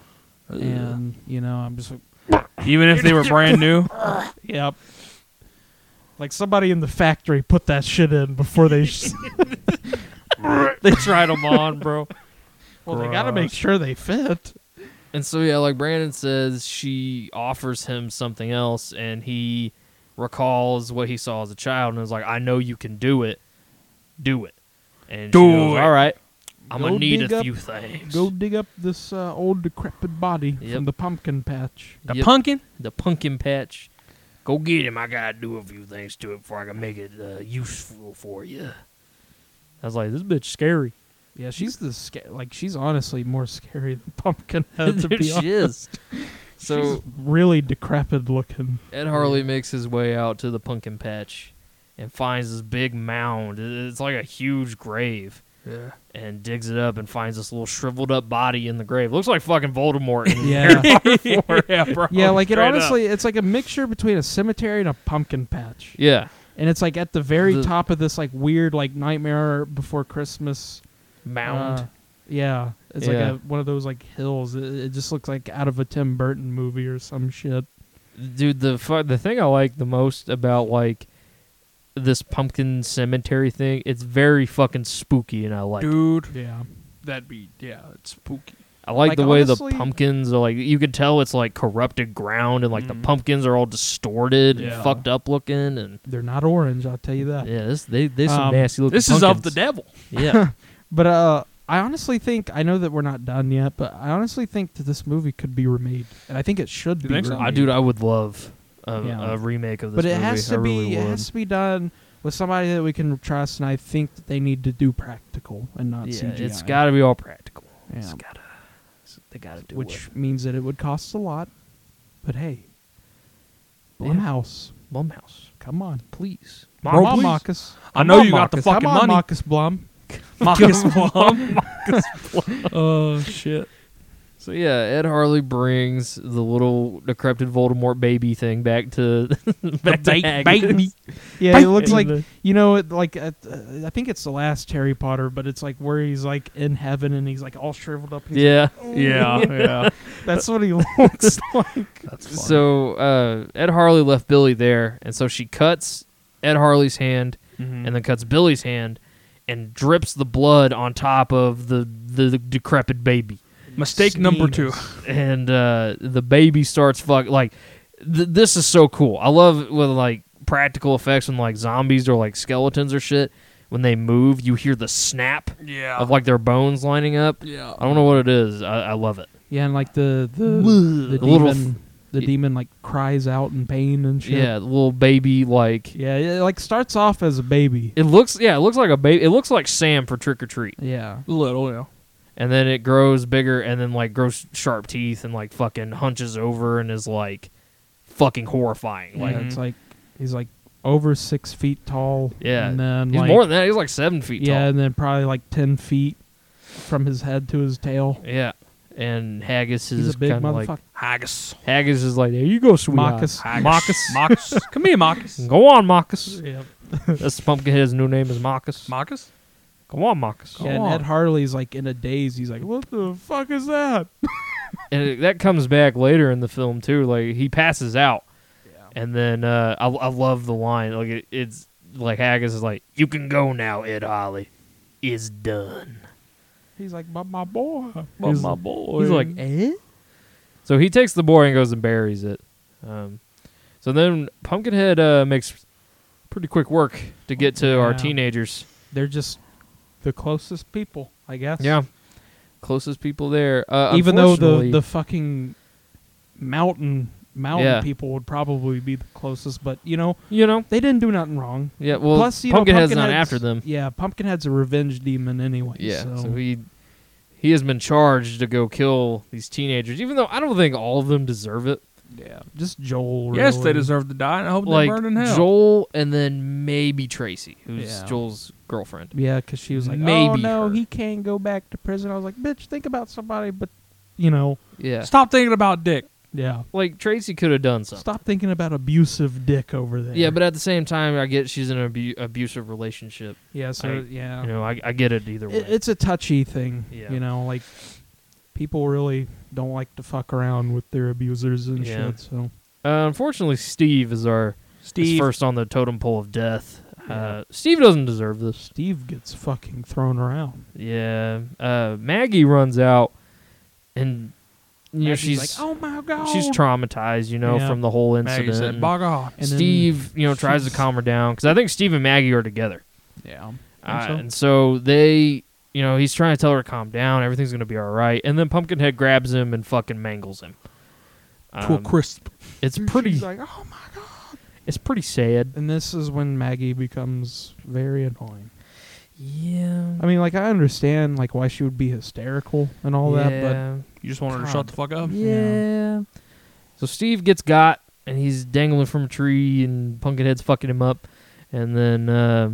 Ugh. and you know I'm just like, Even if they were brand new. yep. Like somebody in the factory put that shit in before they. s- they tried them on, bro. Well, they got to make sure they fit. And so yeah, like Brandon says, she offers him something else, and he recalls what he saw as a child, and is like, "I know you can do it. Do it." And she Do goes, it. All right, I'm Go gonna need dig a up- few things. Go dig up this uh, old decrepit body Yep. from the pumpkin patch. The Yep. pumpkin? the pumpkin patch. Go get him. I gotta do a few things to it before I can make it uh, useful for you. I was like, this bitch scary. Yeah, she's the sca- like she's honestly more scary than Pumpkinhead to Dude, be she honest. is. So She's really decrepit looking. Ed Harley makes his way out to the pumpkin patch and finds this big mound. It- It's like a huge grave. Yeah. And digs it up and finds this little shriveled up body in the grave. Looks like fucking Voldemort. in Yeah. Harry Potter, bro. Yeah, like it Straight up. honestly, it's like a mixture between a cemetery and a pumpkin patch. Yeah. And it's like at the very The- top of this like weird like Nightmare Before Christmas Mound. uh, yeah, it's Yeah. like a, one of those like hills. It, it just looks like out of a Tim Burton movie or some shit. dude the fu- the thing i like the most about like this pumpkin cemetery thing it's very fucking spooky and i like it. Dude, Yeah, that'd be, yeah, it's spooky. i like, like, the way honestly- the pumpkins are like you can tell it's like corrupted ground and like the pumpkins are all distorted Yeah. and fucked up looking and they're not orange. I'll tell you that. yeah this they they some Um, nasty looking This is of the pumpkins. devil. yeah But uh, I honestly think I know that we're not done yet, but I honestly think that this movie could be remade, and I think it should You be. think so? remade. i dude i would love a, Yeah. a remake of this but it movie. has I to really be. It would. has to be done with somebody that we can trust, and I think that they need to do practical and not yeah CGI. it's gotta be all practical Yeah. it's gotta they gotta do it which means that it would cost a lot. But hey, Yeah. Blumhouse, Blumhouse, come on. please Come on, please. Marcus. I Come know on, you got the Marcus. Come fucking on, money. Marcus Blum. Marcus Plum. oh, shit. So yeah, Ed Harley brings the little decrepit Voldemort baby thing back to back to Ba- Hagrid. baby. Yeah, it looks like And you know, it, like at, uh, I think it's the last Harry Potter, but it's like where he's like in heaven and he's like all shriveled up. And he's yeah. Yeah, yeah. like, that's what he looks like. So uh, Ed Harley left Billy there, and so she cuts Ed Harley's hand, Mm-hmm. and then cuts Billy's hand, and drips the blood on top of the the decrepit baby. Mistake number two. and uh, the baby starts fuck like th- this is so cool. I love when like practical effects when like zombies or like skeletons or shit when they move, you hear the snap Yeah. of like their bones lining up. yeah. I don't know what it is. I, I love it. Yeah, and like the the, the A little demon, the demon like cries out in pain and shit. Yeah, the little baby like yeah, it like starts off as a baby. it looks. Yeah, it looks like a baby. It looks like Sam for Trick or Treat, Yeah, Little, yeah. and then it grows bigger, and then like grows sharp teeth, and like fucking hunches over, and is like fucking horrifying. Like yeah, it's like he's like over six feet tall. Yeah, and then he's like, more than that. He's like seven feet yeah, tall. and then probably like ten feet from his head to his tail. Yeah. And Haggis He's is a big kind of motherfucker. like Haggis is like, there you go, sweetheart. Marcus. Marcus. Marcus. Come here, Marcus. Go on, Marcus. Yeah, That's Pumpkinhead's new name is Marcus. Marcus? Go on, Marcus. and Ed Harley's like in a daze. He's like, "What the fuck is that?" And it, that comes back later in the film too. Like he passes out, and then uh, I, I love the line. Like it, it's like Haggis is like, you can go now, Ed Holly. It's done. He's like, "But my boy." But He's- my boy. He's like, eh? So he takes the boy and goes and buries it. Um, so then Pumpkinhead uh, makes pretty quick work to get to our Yeah. teenagers. They're just the closest people, I guess. Yeah. Closest people there. Uh, Even though the unfortunately- the fucking mountain mountain Yeah. people would probably be the closest, but you know you know, they didn't do nothing wrong. yeah. Well, Plus, you Pumpkinhead's know, not Pumpkinhead's- after them. Yeah, Pumpkinhead's a revenge demon anyway. Yeah. so, So. he he has been charged to go kill these teenagers, even though I don't think all of them deserve it. yeah, just Joel. Yes, they really. deserve to die, and I hope like they burn in hell. Joel, and then maybe Tracy, who's Yeah. Joel's girlfriend. Yeah, because she was like, "Oh Maybe no, her." he can't go back to prison." I was like, "Bitch, think about somebody," but you know, Yeah. Stop thinking about dick. yeah. Like Tracy could have done something. Stop thinking about abusive dick over there. Yeah, but at the same time, I get she's in an abu- abusive relationship. yeah, so I- yeah, You know, I, I get it either way. It- it's a touchy thing. Yeah. You know, like people really don't like to fuck around with their abusers and Yeah. shit. So uh, unfortunately, Steve is our is Steve. first on the totem pole of death. Uh, Steve doesn't deserve this. Steve gets fucking thrown around. Yeah. Uh, Maggie runs out, and you know, Maggie's she's like, oh my god. she's traumatized, you know, Yeah. from the whole Maggie incident. said, and "Bog off." And then- Steve, you know, tries to she's- calm her down because I think Steve and Maggie are together. Yeah. Uh, so? And so they, you know, he's trying to tell her to calm down. Everything's gonna be all right. And then Pumpkinhead grabs him and fucking mangles him. to a Um, crisp. it's pretty. She's like, oh my. It's pretty sad. And this is when Maggie becomes very annoying. Yeah. I mean, like I understand like why she would be hysterical and all that, You just wanted her to shut the fuck up. Yeah. Yeah. So Steve gets got and he's dangling from a tree and Pumpkinhead's fucking him up. And then uh,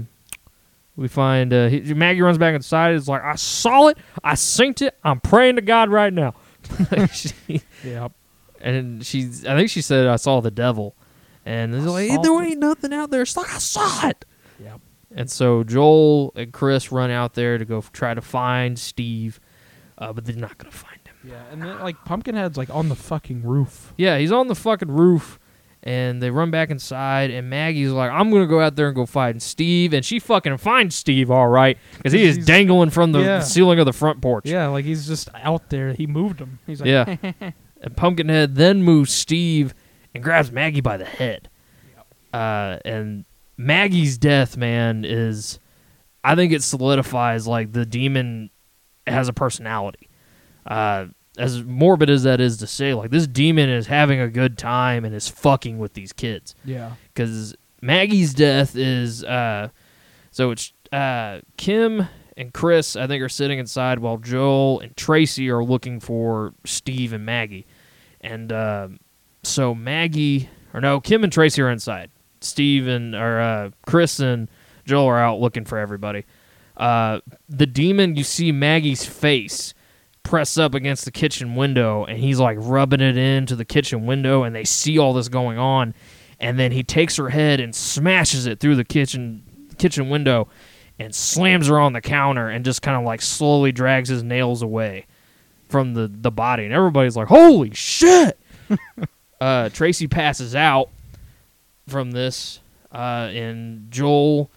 we find uh, he, Maggie runs back inside. It's like, I saw it. I synced it. I'm praying to God right now. Like, she- but yeah, and she's, I think she said, I saw the devil. And it's like, saw there the- ain't nothing out there. It's like, I saw it. Yep. And so Joel and Chris run out there to go f- try to find Steve, uh, but they're not going to find him. yeah. And then like Pumpkinhead's like on the fucking roof. Yeah, he's on the fucking roof, and they run back inside, and Maggie's like, "I'm gonna go out there and go find Steve," and she fucking finds Steve, all right, because he is She's- dangling from the Yeah. ceiling of the front porch. Yeah, like he's just out there. He moved him. He's like, yeah. and Pumpkinhead then moves Steve and grabs Maggie by the head. Uh, and Maggie's death, man, is I think it solidifies like the demon has a personality. Uh, as morbid as that is to say, like this demon is having a good time and is fucking with these kids yeah, because Maggie's death is uh, so it's uh, Kim and Chris I think are sitting inside while Joel and Tracy are looking for Steve and Maggie, and uh, so Maggie or no Kim and Tracy are inside. Steve and or uh, Chris and Joel are out looking for everybody. Uh, the demon you see Maggie's face press up against the kitchen window and he's like rubbing it into the kitchen window and they see all this going on and then he takes her head and smashes it through the kitchen kitchen window and slams her on the counter and just kind of like slowly drags his nails away from the the body and everybody's like holy shit uh Tracy passes out from this uh and Joel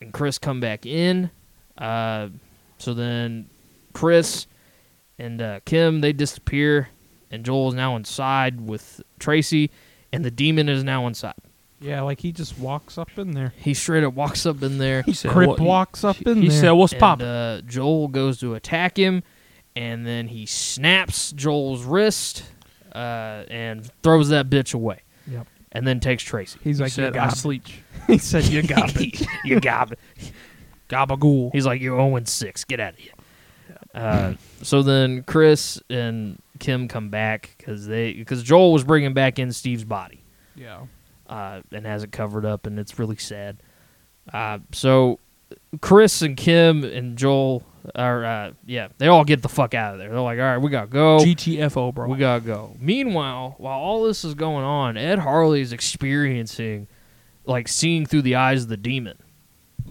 and Chris come back in uh so then Chris and uh, Kim they disappear, and Joel is now inside with Tracy, and the demon is now inside. yeah. Like he just walks up in there. He straight up walks up in there. He said, Crip "What- walks up in He there. said, "What's and, poppin'?" Uh, Joel goes to attack him, and then he snaps Joel's wrist uh, and throws that bitch away. Yep. And then takes Tracy. He's He like, you said, "I got it. sleep." He said, you got it. you got it. Gabagool. He's like, you're 0 6. Get out of here. Uh, so then Chris and Kim come back because they because Joel was bringing back in Steve's body Yeah. uh, and has it covered up, and it's really sad. Uh, so Chris and Kim and Joel are uh, yeah, they all get the fuck out of there. They're like, all right, we gotta go. GTFO, bro. We gotta go. Meanwhile, while all this is going on, Ed Harley is experiencing, like, seeing through the eyes of the demon.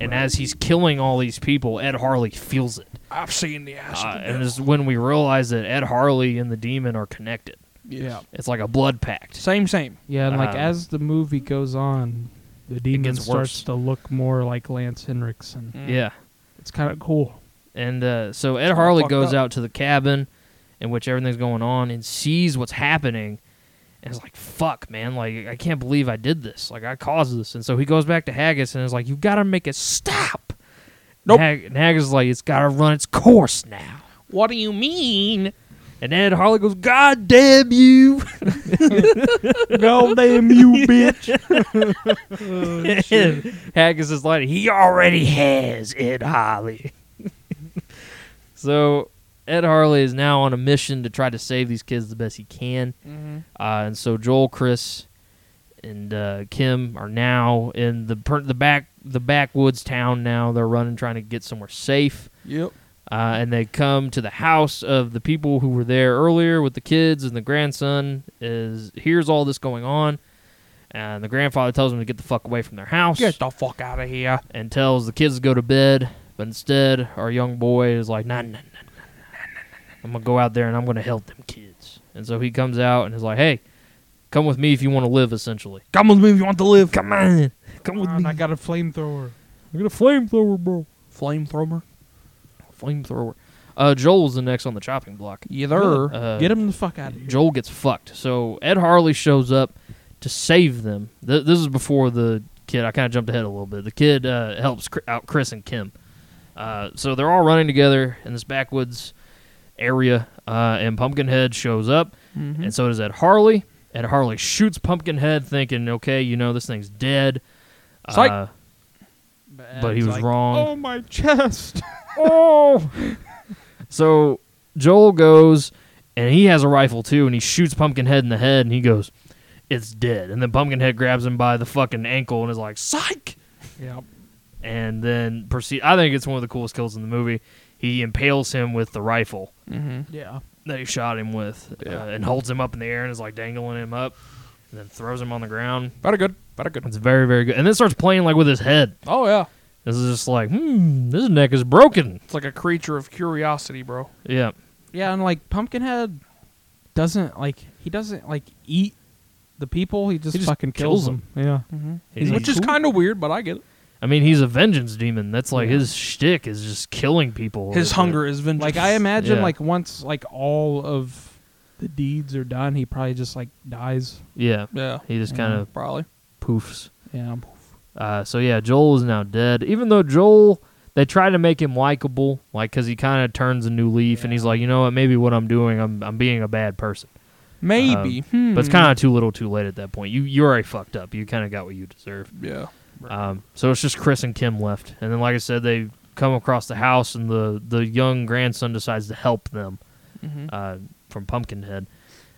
And as he's killing all these people, Ed Harley feels it. I've seen the ass. Uh, and it's when we realize that Ed Harley and the demon are connected. Yeah. It's like a blood pact. same, same. Yeah, and like Um, as the movie goes on, the demon gets starts worse. Mm. to look more like Lance Henriksen. Yeah. It's kind of cool. And uh, so Ed all Harley fucked goes up. out to the cabin in which everything's going on and sees what's happening and is like, fuck, man. Like, I can't believe I did this. Like, I caused this. And so he goes back to Haggis and is like, you got to make it stop. Nope. And, Hag- and Haggis is like, it's got to run its course now. What do you mean? And Ed Harley goes, God damn you. God damn you, bitch! And Haggis is like, he already has Ed Harley. so Ed Harley is now on a mission to try to save these kids the best he can. Uh, and so Joel, Chris, and uh, Kim are now in the per- the back the backwoods town. Now they're running, trying to get somewhere safe. Yep. Uh, and they come to the house of the people who were there earlier with the kids and the grandson is hears all this going on, and the grandfather tells them to get the fuck away from their house Get the fuck out of here. and tells the kids to go to bed. But instead, our young boy is like, nah, nah, nah, nah, nah, nah, nah. I'm going to go out there and I'm going to help them kids. And so he comes out and is like, hey, come with me if you want to live, essentially. Come with me if you want to live. Come on. Come Come with on, me. I got a flamethrower. I got a flamethrower, bro. Flamethrower. Flamethrower. Uh, Joel's the next on the chopping block. Either. Uh, Get him the fuck out of here. Joel gets fucked. So Ed Harley shows up to save them. Th- this is before the kid. I kind of jumped ahead a little bit. The kid uh, helps cr- out Chris and Kim. Uh, so they're all running together in this backwoods area, uh, and Pumpkinhead shows up, and so does Ed Harley. Ed Harley shoots Pumpkinhead, thinking, "Okay, you know this thing's dead." Psych. Uh, but he was like, wrong. Oh my chest. Oh. so Joel goes and he has a rifle too and he shoots Pumpkinhead in the head and he goes, It's dead. And then Pumpkinhead grabs him by the fucking ankle and is like, Psych yep. and then proceed I think it's one of the coolest kills in the movie. He impales him with the rifle Mm-hmm. Yeah. that he shot him with uh, and holds him up in the air and is like dangling him up and then throws him on the ground. Very good. Very good. It's very, very good. And then starts playing like with his head. Oh, yeah. This is just like, hmm, this neck is broken. It's like a creature of curiosity, bro. Yeah. Yeah, and like Pumpkinhead doesn't like he doesn't like eat the people. He just, He just fucking kills kills them. Yeah. He- He's like, Which is "Cool." kind of weird, but I get it. I mean, he's a vengeance demon. That's like Yeah. his shtick is just killing people. His It- hunger is vengeance. Like I imagine Yeah. like once like all of the deeds are done, he probably just like dies. Yeah, Yeah, he just kind of probably. poofs. Yeah. Uh, so yeah, Joel is now dead. Even though Joel, they try to make him likable, like because he kind of turns a new leaf and he's like, you know what, maybe what I'm doing, I'm I'm being a bad person. Maybe. But it's kind of too little, too late at that point. You you're already fucked up. You kind of got what you deserve. Yeah. Um, so it's just Chris and Kim left, and then like I said, they come across the house, and the the young grandson decides to help them uh, from Pumpkinhead,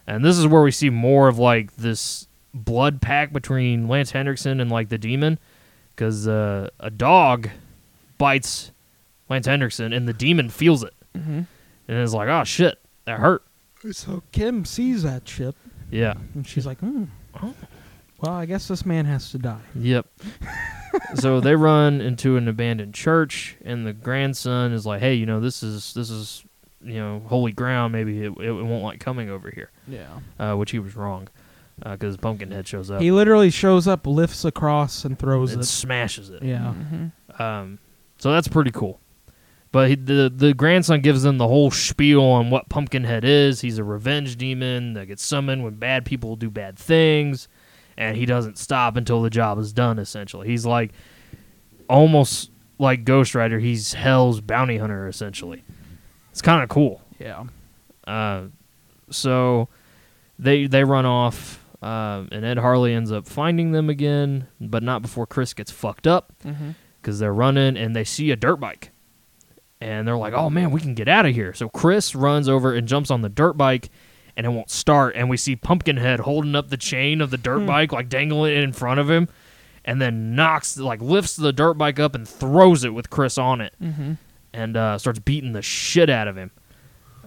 and this is where we see more of like this blood pact between Lance Hendrickson and like the demon, because uh, a dog bites Lance Hendrickson, and the demon feels it, and is like, oh shit, that hurt. So Kim sees that chip Yeah. and she's like, hmm. Well, I guess this man has to die. Yep. so they run into an abandoned church, and the grandson is like, "Hey, you know, this is this is you know holy ground. Maybe it, it won't like coming over here," Yeah. uh, which he was wrong, because Pumpkinhead shows up He literally shows up, lifts a cross, and throws and it. smashes it. Yeah. Um, so that's pretty cool. But he, the the grandson gives them the whole spiel on what Pumpkinhead is. He's a revenge demon that gets summoned when bad people do bad things, and he doesn't stop until the job is done. Essentially, he's like almost like Ghost Rider. He's Hell's bounty hunter. Essentially, it's kind of cool. Yeah. Uh, so they they run off, uh, and Ed Harley ends up finding them again, but not before Chris gets fucked up because they're running and they see a dirt bike, and they're like, "Oh man, we can get out of here!" So Chris runs over and jumps on the dirt bike. And it won't start, and we see Pumpkinhead holding up the chain of the dirt bike, like dangling it in front of him, and then knocks, like lifts the dirt bike up and throws it with Chris on it, and uh, starts beating the shit out of him.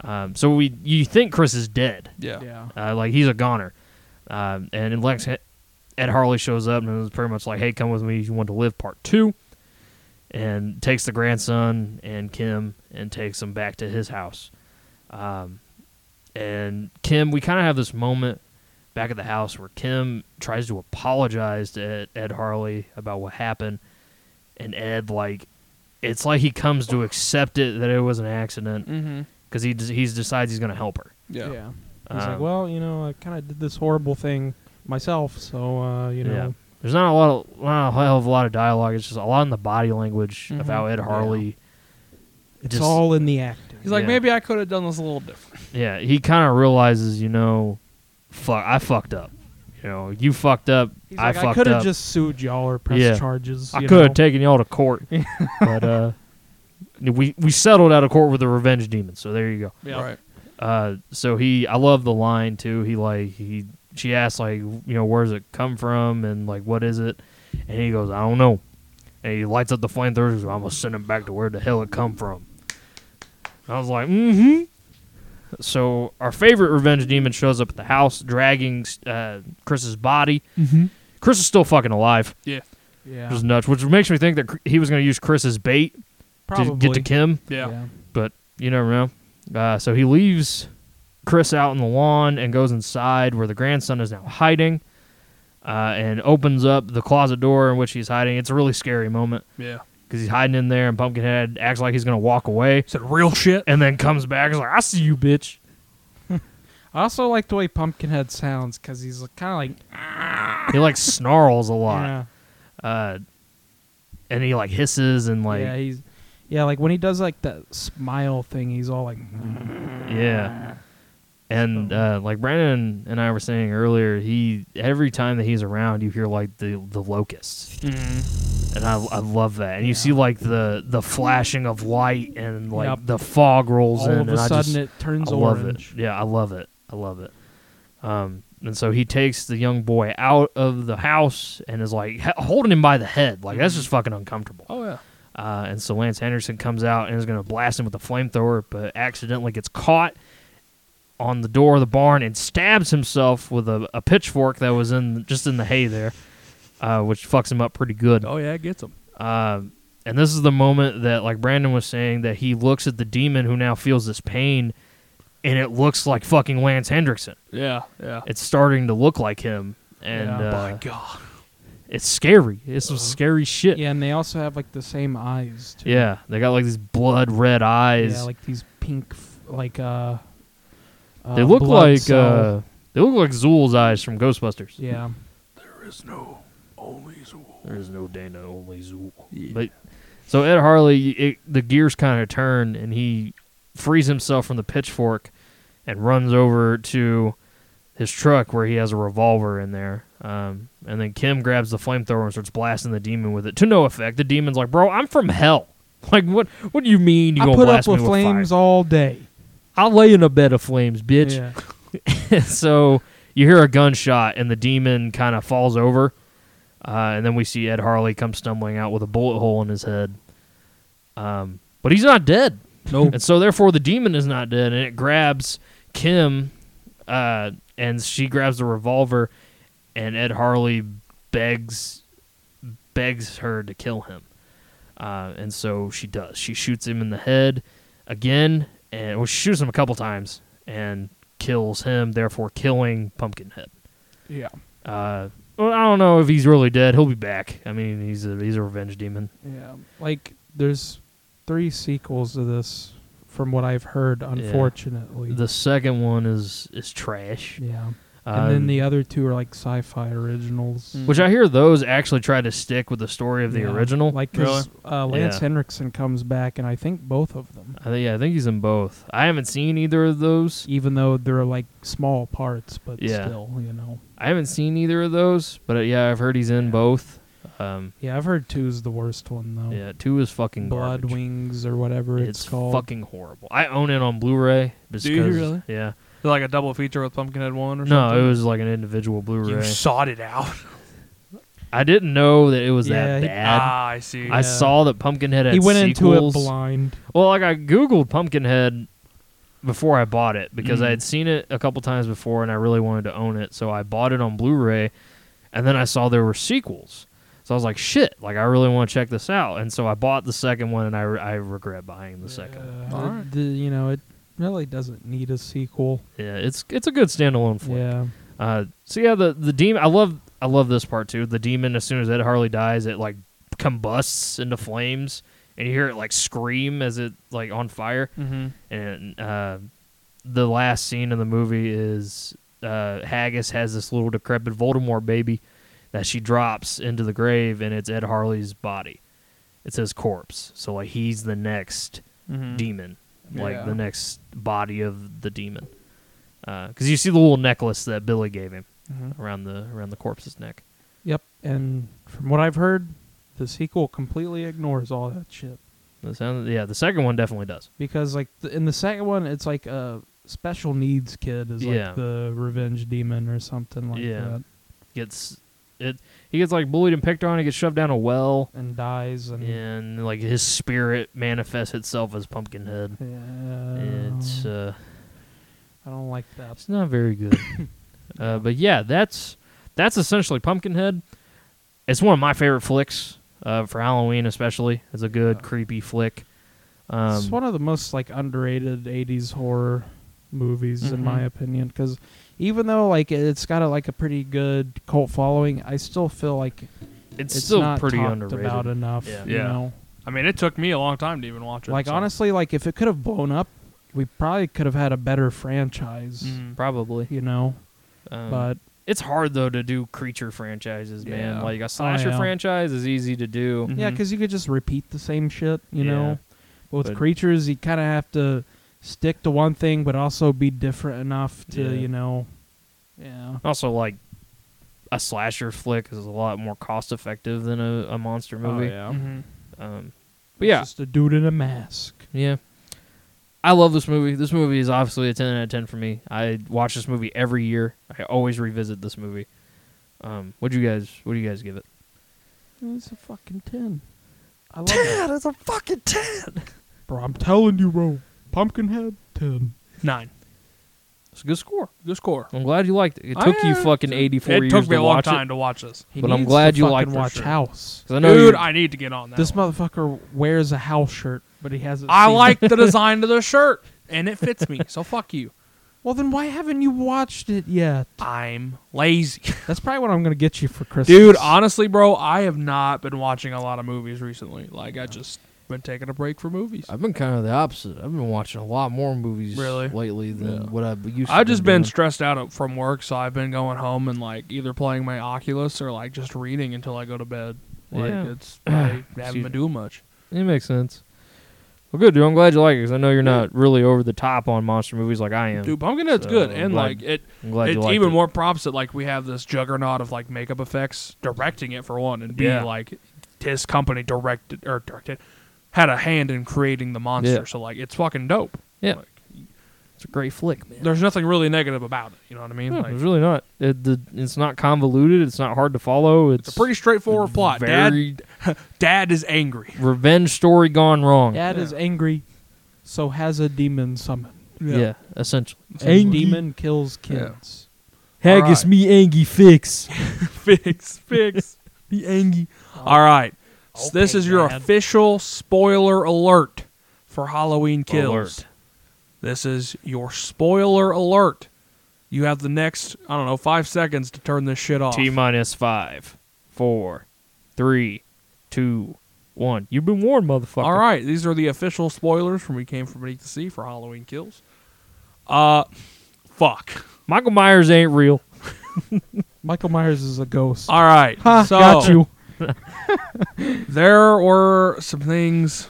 Um, so we you think Chris is dead, Yeah. Yeah. uh, like he's a goner, um, and then Lex Ed Harley shows up and is pretty much like, "Hey, come with me. You want to live part two. and takes the grandson and Kim and takes them back to his house. Um, and Kim, we kind of have this moment back at the house where Kim tries to apologize to Ed, Ed Harley about what happened, and Ed like. It's like he comes to accept it that it was an accident Mm-hmm. because he he decides he's going to help her. Yeah. He's Um, like, well, you know, I kind of did this horrible thing myself, so uh, you know, Yeah. There's not a lot of not a hell of a lot of dialogue. It's just a lot in the body language of how Ed Harley. Mm-hmm. it's just- all in the acting. He's like, Yeah. maybe I could have done this a little different. Yeah, he kind of realizes, you know, fuck, I fucked up. You know, you fucked up. He's I like, I, fucked could have up. just sued y'all or pressed Yeah. charges. I you could know? have taken y'all to court, but uh, we we settled out of court with the revenge demon. So there you go. Yeah. Right. Uh, so he, I love the line too. He like he, she asks like, you know, where's it come from and like what is it, and he goes, I don't know, and he lights up the flamethrower. He's like, I'm gonna send him back to where the hell it come from. I was like, mm-hmm. So our favorite revenge demon shows up at the house, dragging uh, Chris's body. Mm-hmm. Chris is still fucking alive. Yeah. Which Yeah, is nuts. Which makes me think that he was gonna use Chris as bait probably. to get to Kim Yeah. Yeah. but you never know. Uh, so he leaves Chris out in the lawn and goes inside where the grandson is now hiding. uh, and opens up the closet door in which he's hiding. It's a really scary moment Yeah. because he's hiding in there, and Pumpkinhead acts like he's gonna walk away, Said real shit. and then comes back. He's like, "I see you, bitch." I also like the way Pumpkinhead sounds because he's kind of like He like snarls a lot, yeah, uh, and he like hisses and like yeah, he's yeah, like when he does like that smile thing, he's all like, Ah, Yeah. And uh, like Brandon and I were saying earlier, he every time that he's around, you hear like the the locusts, Mm-hmm. and I, I love that. And you see like the the flashing of light and like Yep. the fog rolls all in, of a and sudden I just it turns I love orange. it. Yeah, I love it. I love it. Um, and so he takes the young boy out of the house and is like h- holding him by the head, like that's just fucking uncomfortable. Oh yeah. Uh, and so Lance Henderson comes out and is going to blast him with a flamethrower, but accidentally gets caught on the door of the barn and stabs himself with a, a pitchfork that was in just in the hay there, uh, which fucks him up pretty good. Oh yeah. It gets him. Uh, and this is the moment that, like Brandon was saying, that he looks at the demon who now feels this pain, and it looks like fucking Lance Hendrickson. Yeah. Yeah. It's starting to look like him, and yeah. uh, Oh my God. it's scary. It's some scary shit. Yeah, and they also have like the same eyes too. Yeah, they got like these blood red eyes. yeah, like these pink, f- like uh, uh They look blood like cell- uh, they look like Zool's eyes from Ghostbusters. yeah, There is no only Zool. There is no Dana, only Zool. Yeah. But so Ed Harley, it, the gears kind of turn, and he frees himself from the pitchfork and runs over to his truck where he has a revolver in there. Um, and then Kim grabs the flamethrower and starts blasting the demon with it to no effect. The demon's like, "Bro, I'm from hell. Like, what? What do you mean you I gonna put up blast with me with flames fire? all day. I'll lay in a bed of flames, bitch." Yeah. so you hear a gunshot and the demon kind of falls over uh, and then we see ed harley come stumbling out with a bullet hole in his head um, but he's not dead No. and so therefore the demon is not dead and it grabs kim uh, and she grabs the revolver and ed harley begs begs her to kill him uh, and so she does she shoots him in the head again and well, she shoots him a couple times and kills him therefore killing pumpkinhead Yeah. uh, well, i don't know if he's really dead he'll be back i mean he's a he's a revenge demon Yeah, like there's three sequels to this, from what I've heard. Unfortunately, the second one is is trash yeah, Um, and then the other two are like sci-fi originals. Mm. Which I hear those actually try to stick with the story of the Yeah. original. like 'cause, uh, Lance Henriksen comes back, and I think both of them, I think, yeah, I think he's in both. I haven't seen either of those. even though they're like small parts, but Yeah. still, you know. I haven't seen either of those, but uh, yeah, I've heard he's in both. Um, Yeah, I've heard two's the worst one though. yeah, two is fucking Oh. Blood garbage. Wings or whatever it's, It's called. fucking horrible. I own it on Blu-ray. Just Do you 'cause- really? Yeah. Like a double feature with Pumpkinhead one or No, something. it was like an individual You Blu-ray. sawed it out. I didn't know that it was Yeah, that he- bad. ah, I see. I saw that Pumpkinhead had he went into it sequels. blind. Well, like I googled Pumpkinhead before I bought it because Mm. I had seen it a couple times before and I really wanted to own it, so I bought it on Blu-ray, and then I saw there were sequels, so I was like, "Shit! Like I really want to check this out," and so I bought the second one, and I, re- I regret buying the second. one. Uh, Alright. the- you know, it really doesn't need a sequel. Yeah, it's it's a good standalone flick. Yeah. Uh, so yeah, the the demon. I love I love this part too. The demon, as soon as Ed Harley dies, it like combusts into flames, and you hear it like scream as it like on fire. Mm-hmm. and uh, the last scene of the movie is uh, Haggis has this little decrepit Voldemort baby that she drops into the grave, and it's Ed Harley's body. It's his corpse, so like he's the next Mm-hmm. demon, like Yeah. the next body of the demon, because you see the little necklace that Billy gave him around the around the corpse's neck. Yep. And from what I've heard, the sequel completely ignores all that shit The sound, yeah, the second one definitely does. because, like, th- in the second one, it's like a special needs kid is Yeah. like the revenge demon or something like Yeah. that, Gets it, he gets like bullied and picked on. He gets shoved down a well. and dies and and like his spirit manifests itself as Pumpkinhead. Yeah. It's uh, I don't like that. it's not very good, uh, but yeah, that's that's essentially Pumpkinhead. It's one of my favorite flicks uh, for Halloween, especially. It's a good creepy flick. Um, it's one of the most like underrated '80s horror. movies, in Mhm. Mm-hmm. my opinion. Because even though like it's got a, like a pretty good cult following, I still feel like It's, it's, still not pretty talked underrated. about enough. Yeah. you Yeah. know? I mean, it took me a long time to even watch it. like so- honestly, like if it could have blown up, we probably could have had a better franchise. Mm-hmm. Mm. Probably. You know, Um, but it's hard though to do creature franchises, man. Yeah. Like a slasher yeah. franchise is easy to do. Yeah, 'cause yeah, Mhm. because you could just repeat the same shit. You Mm-hmm. Yeah. know, but with But- creatures, you kind of have to stick to one thing, but also be different enough to Yeah. you know. Yeah. Also, like a slasher flick is a lot more cost effective than a, a monster movie. yeah. Mhm. Um, but yeah, Just a dude in a mask. yeah. I love this movie. This movie is obviously a ten out of ten for me. I watch this movie every year. I always revisit this movie. Um, what do you guys? What do you guys give it? It's a fucking ten. I love it, It's a fucking ten. bro. I'm telling you, bro. Pumpkinhead ten. Nine. It's a good score. Good score. I'm glad you liked it. It took you I- fucking eighty four It years took me to a long watch it. time to watch this. He But I'm needs glad to you fucking liked it for watch sure. House. 'Cause I know Dude, you- I need to get on that. This one. motherfucker wears a house shirt, but he hasn't. I seen like It. the design of the shirt, and it fits me. So fuck you. Well, then why haven't you watched it yet? I'm lazy, Uh, That's probably what I'm gonna get you for Christmas, dude. Honestly, bro, I have not been watching a lot of movies recently. Like I just been taking a break for movies. I've been kind of the opposite. I've been watching a lot more movies Really? lately than Yeah. what I've used to. I've just been been stressed out from work, so I've been going home and like either playing my Oculus or like just reading until I go to bed. Like Yeah. it's I haven't Excuse me. been doing much. doing. It makes sense. Well, good, dude. I'm glad you like it because I know you're not really over the top on monster movies like I am. Dude, Pumpkinhead's So, good, I'm and glad- like it, I'm glad it's you liked even it. more props that like we have this juggernaut of like makeup effects directing it for one, and B Yeah. like his company directed or directed had a hand in creating the monster, Yeah. so like it's fucking dope. Yeah. Like, It's a great flick, man. there's nothing really negative about it. You know what I mean? No, like, it's really not. It, the, it's not convoluted. It's not hard to follow. It's, it's a pretty straightforward plot. very Dad, Dad is angry. revenge story gone wrong. Dad is angry, so has a demon summon. yeah. essentially. Demon kills kids. Haggis me angy fix. fix, fix, be angry. Oh. All right, so this is your official spoiler alert for Halloween Kills. Alert. This is your spoiler alert. You have the next, I don't know, five seconds to turn this shit off. T minus five, four, three, two, one. You've been warned, motherfucker. All right, these are the official spoilers from We Came From Beneath the Sea for Halloween Kills. Uh, fuck. Michael Myers ain't real. Michael Myers is a ghost. All right, Ha, Uh, so got you. there were some things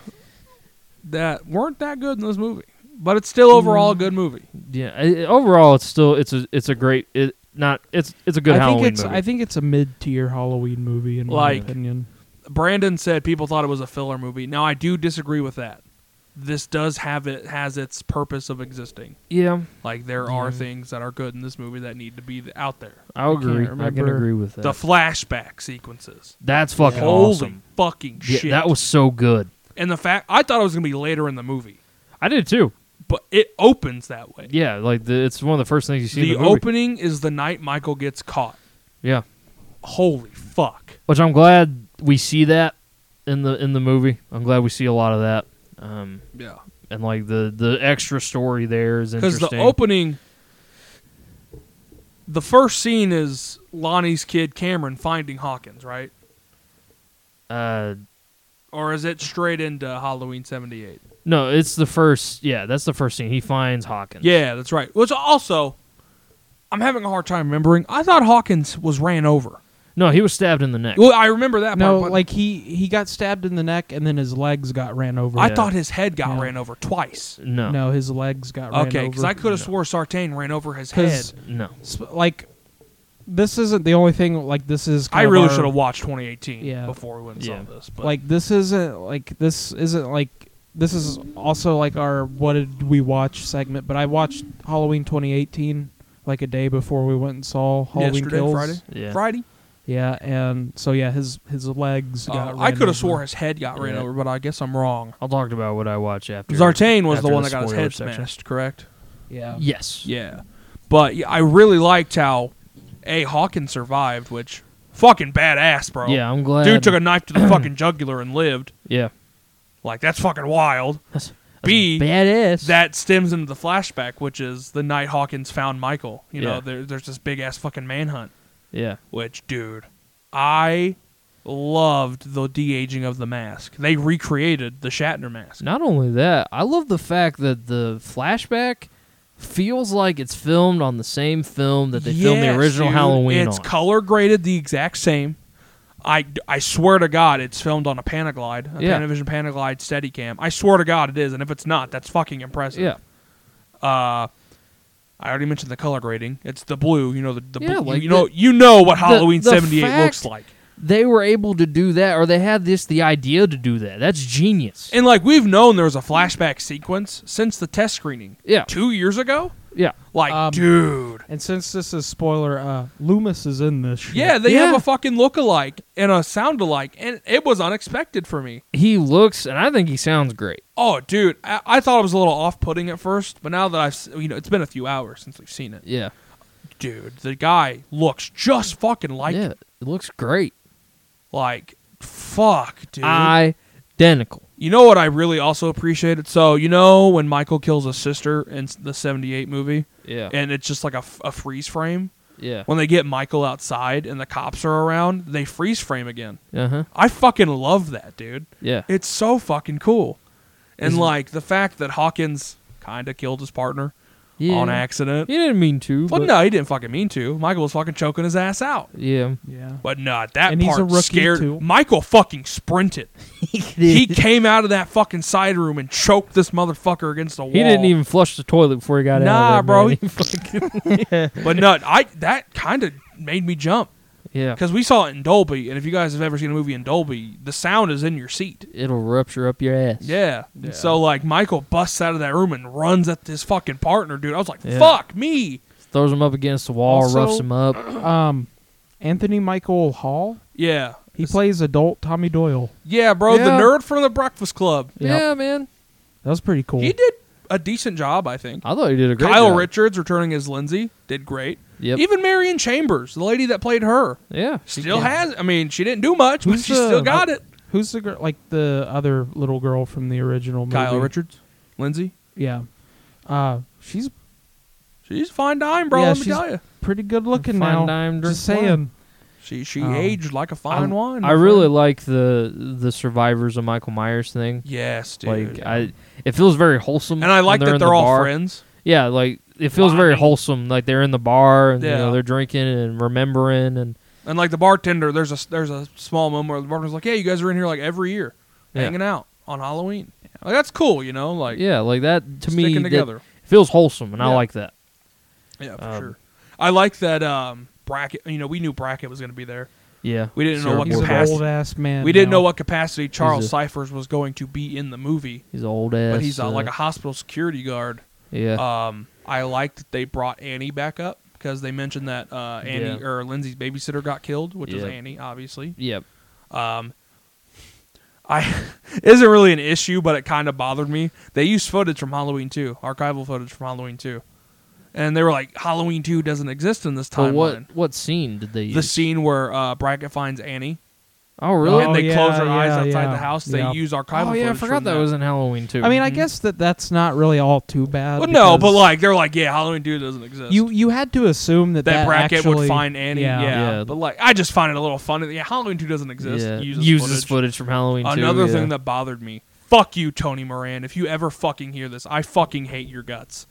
that weren't that good in this movie, but it's still overall a Mm. good movie. Yeah. I- I- overall, it's still it's a it's a great it not it's it's a good I think Halloween it's movie. I think it's a mid tier Halloween movie in Like- my opinion. Brandon said people thought it was a filler movie. Now I do disagree with that. This does have it has its purpose of existing. yeah, Like there are things that are good in this movie that need to be th- out there. I can't agree. I can remember agree with that. The flashback sequences. That's fucking Holy awesome. fucking Yeah, shit. that was so good. and the fact I thought it was gonna be later in the movie, I did too. but it opens that way. Yeah, like the, it's one of the first things you see. the in the movie. opening is the night Michael gets caught. Yeah, Holy fuck. which I'm glad we see that in the in the movie. I'm glad we see a lot of that. Um, Yeah. and like the the extra story there is Because interesting. the opening, the first scene is Lonnie's kid Cameron finding Hawkins, right? uh, Or is it straight into Halloween '78? no, it's the first. Yeah, that's the first scene. He finds Hawkins. Yeah, that's right. Which also, I'm having a hard time remembering. I thought Hawkins was ran over. No, he was stabbed in the neck. Well, I remember that. No, part, but like he he got stabbed in the neck and then his legs got ran over. I yeah. thought his head got Yeah. ran over twice. No, No, his legs got ran over. Okay, because I could have swore Sartain ran over his head. 'Cause no. sp- like this isn't the only thing like this is I kind of really our- should have watched 2018 Yeah. before we went and Yeah. saw this. But like this isn't like this isn't like this is also like our what did we watch segment but i watched halloween 2018 like a day before we went and saw halloween yesterday, kills Friday, Yeah. Friday, yeah and so yeah his his legs uh, got I ran could over. have swore his head got ran Yeah. over, but I guess I'm wrong. I'll talk about what I watch after. Zartane was after the one the that got his spoiler head section. smashed, correct? yeah Yes. Yeah. But yeah, I really liked how A. Hawkins survived, which fucking badass, bro. Yeah, I'm glad. Dude took a knife to the fucking jugular and lived. yeah. Like, that's fucking wild. B, Badass. that stems into the flashback, which is the night Hawkins found Michael. You know, Yeah. there, there's this big ass fucking manhunt. yeah. Which, dude, I loved the de aging of the mask. They recreated the Shatner mask. Not only that, I love the fact that the flashback feels like it's filmed on the same film that they filmed the Yes, original dude. Halloween It's on. color graded the exact same. I, I swear to God, it's filmed on a Panaglide, a Yeah. Panavision Panaglide Steadicam. I swear to God, it is. And if it's not, that's fucking impressive. yeah. Uh, I already mentioned the color grading. It's the blue. You know the, the Yeah, blue, like you know the- you know what Halloween the '78 looks fact- like. They were able to do that or they had this the idea to do that. That's genius. And like we've known, there was a flashback sequence since the test screening. Yeah. two years ago. yeah. Like, Um, dude. And since this is spoiler, uh, Loomis is in this. Shit. Yeah, they have yeah. a fucking look-alike and a sound-alike, and it was unexpected for me. He looks and I think he sounds great. Oh, dude, I, I thought it was a little off-putting at first, but now that I've, s- you know, it's been a few hours since we've seen it. Yeah. Dude, the guy looks just fucking like, yeah. It looks great. like, fuck, dude. Identical. You know what I really also appreciated? So you know when Michael kills his sister in s- the '78 movie, Yeah. and it's just like a, f- a freeze frame. yeah. When they get Michael outside and the cops are around, they freeze frame again. Uh-huh. I fucking love that, dude. Yeah. It's so fucking cool, and Isn't it? like the fact that Hawkins kind of killed his partner yeah. on accident. He didn't mean to. Well, but- no, he didn't fucking mean to. Michael was fucking choking his ass out. Yeah. Yeah. But not that And he's part a rookie, scared. too. Michael fucking sprinted. He came out of that fucking side room and choked this motherfucker against the wall. He didn't even flush the toilet before he got Nah, out. of there, bro. man. He fucking- But no, I that kind of made me jump yeah, because we saw it in Dolby, and if you guys have ever seen a movie in Dolby, the sound is in your seat. it'll rupture up your ass. Yeah. And So like Michael busts out of that room and runs at this fucking partner, dude. I was like, Yeah. fuck me. throws him up against the wall, Also- roughs him up. Um, Anthony Michael Hall. Yeah. He plays adult Tommy Doyle. Yeah, bro, the Yeah. nerd from the Breakfast Club. Yeah, man. That was pretty cool. He did a decent job, I think. I thought he did a great Kyle job. Richards returning as Lindsay did great. Yep. Even Marion Chambers, the lady that played her, yeah, she still can. has. I mean, she didn't do much, but Who's she the- still got it. Who's the girl? Like the other little girl from the original movie? Kyle Richards, Lindsay, Yeah. Uh, she's she's a fine dime, bro. Yeah, let me she's- tell you, pretty good looking Fine now. dime, Just drink saying. she she Um, aged like a fine wine. I really like the the survivors of Michael Myers thing. yes, dude. Like I, it feels very wholesome. and I when like they're that in they're the all bar. friends. Yeah, like it feels very wholesome. Like they're in the bar and you know, Yeah. they're drinking and remembering and And like the bartender, there's a there's a small moment where the bartender's like, "Hey, you guys are in here like every year, Yeah. hanging out on Halloween. Like that's cool, you know. Like yeah, like that to me sticking that together. feels wholesome and I Yeah. like that. yeah, for um, sure. I like that um, bracket. You know, we knew bracket was going to be there. Yeah, We didn't know what He's He's an past- old ass man. We didn't now. know what capacity Charles uh, a- Cyphers was going to be in the movie, He's old ass. but he's uh, uh, like a hospital security guard. yeah. Um, I liked that they brought Annie back up because they mentioned that uh, Annie Yeah. or Lindsay's babysitter got killed, which is Yeah. Annie, obviously. Yep. Um, I isn't really an issue, but it kind of bothered me. They used footage from Halloween 2, archival footage from Halloween 2. And they were like, Halloween 2 doesn't exist in this But timeline. what what scene did they use? The scene where uh, Brackett finds Annie oh really? Oh, and they yeah, close her eyes yeah, outside yeah, the house, they yeah. use archival oh yeah, I footage forgot from that was in Halloween too. I mean, I guess that that's not really all too bad. Well, no, but because like they're like, yeah, Halloween 2 doesn't exist. you you had to assume that that, that, bracket actually, would find Annie. Yeah. Yeah. But like I just find it a little funny. that, Yeah, Halloween 2 doesn't exist. yeah. Use uses, this footage. from Halloween too. Another yeah. thing that bothered me. Fuck you, Tony Moran. If you ever fucking hear this, I fucking hate your guts.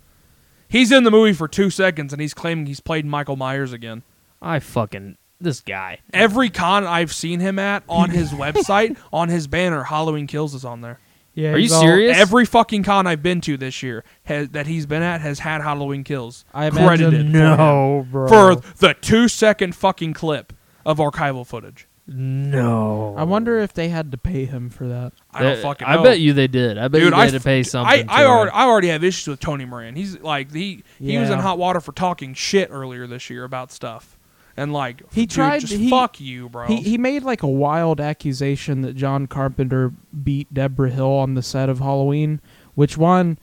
He's in the movie for two seconds and he's claiming he's played Michael Myers again. I fucking this guy. Every con I've seen him at on his website, on his banner, Halloween Kills is on there. Yeah, Are you he's all- serious? Every fucking con I've been to this year has, that he's been at has had Halloween Kills I imagine credited for him. no, bro. for the two second fucking clip of archival footage. No. I wonder if they had to pay him for that. I don't That- fucking. I know. bet you they did. I bet Dude, you they I had to f- pay I, something. I to already him. I already have issues with Tony Moran. He's like he he was in Yeah. hot water for talking shit earlier this year about stuff, and like He dude, tried- Just he- fuck you, bro. He he made like a wild accusation that John Carpenter beat Deborah Hill on the set of Halloween, which one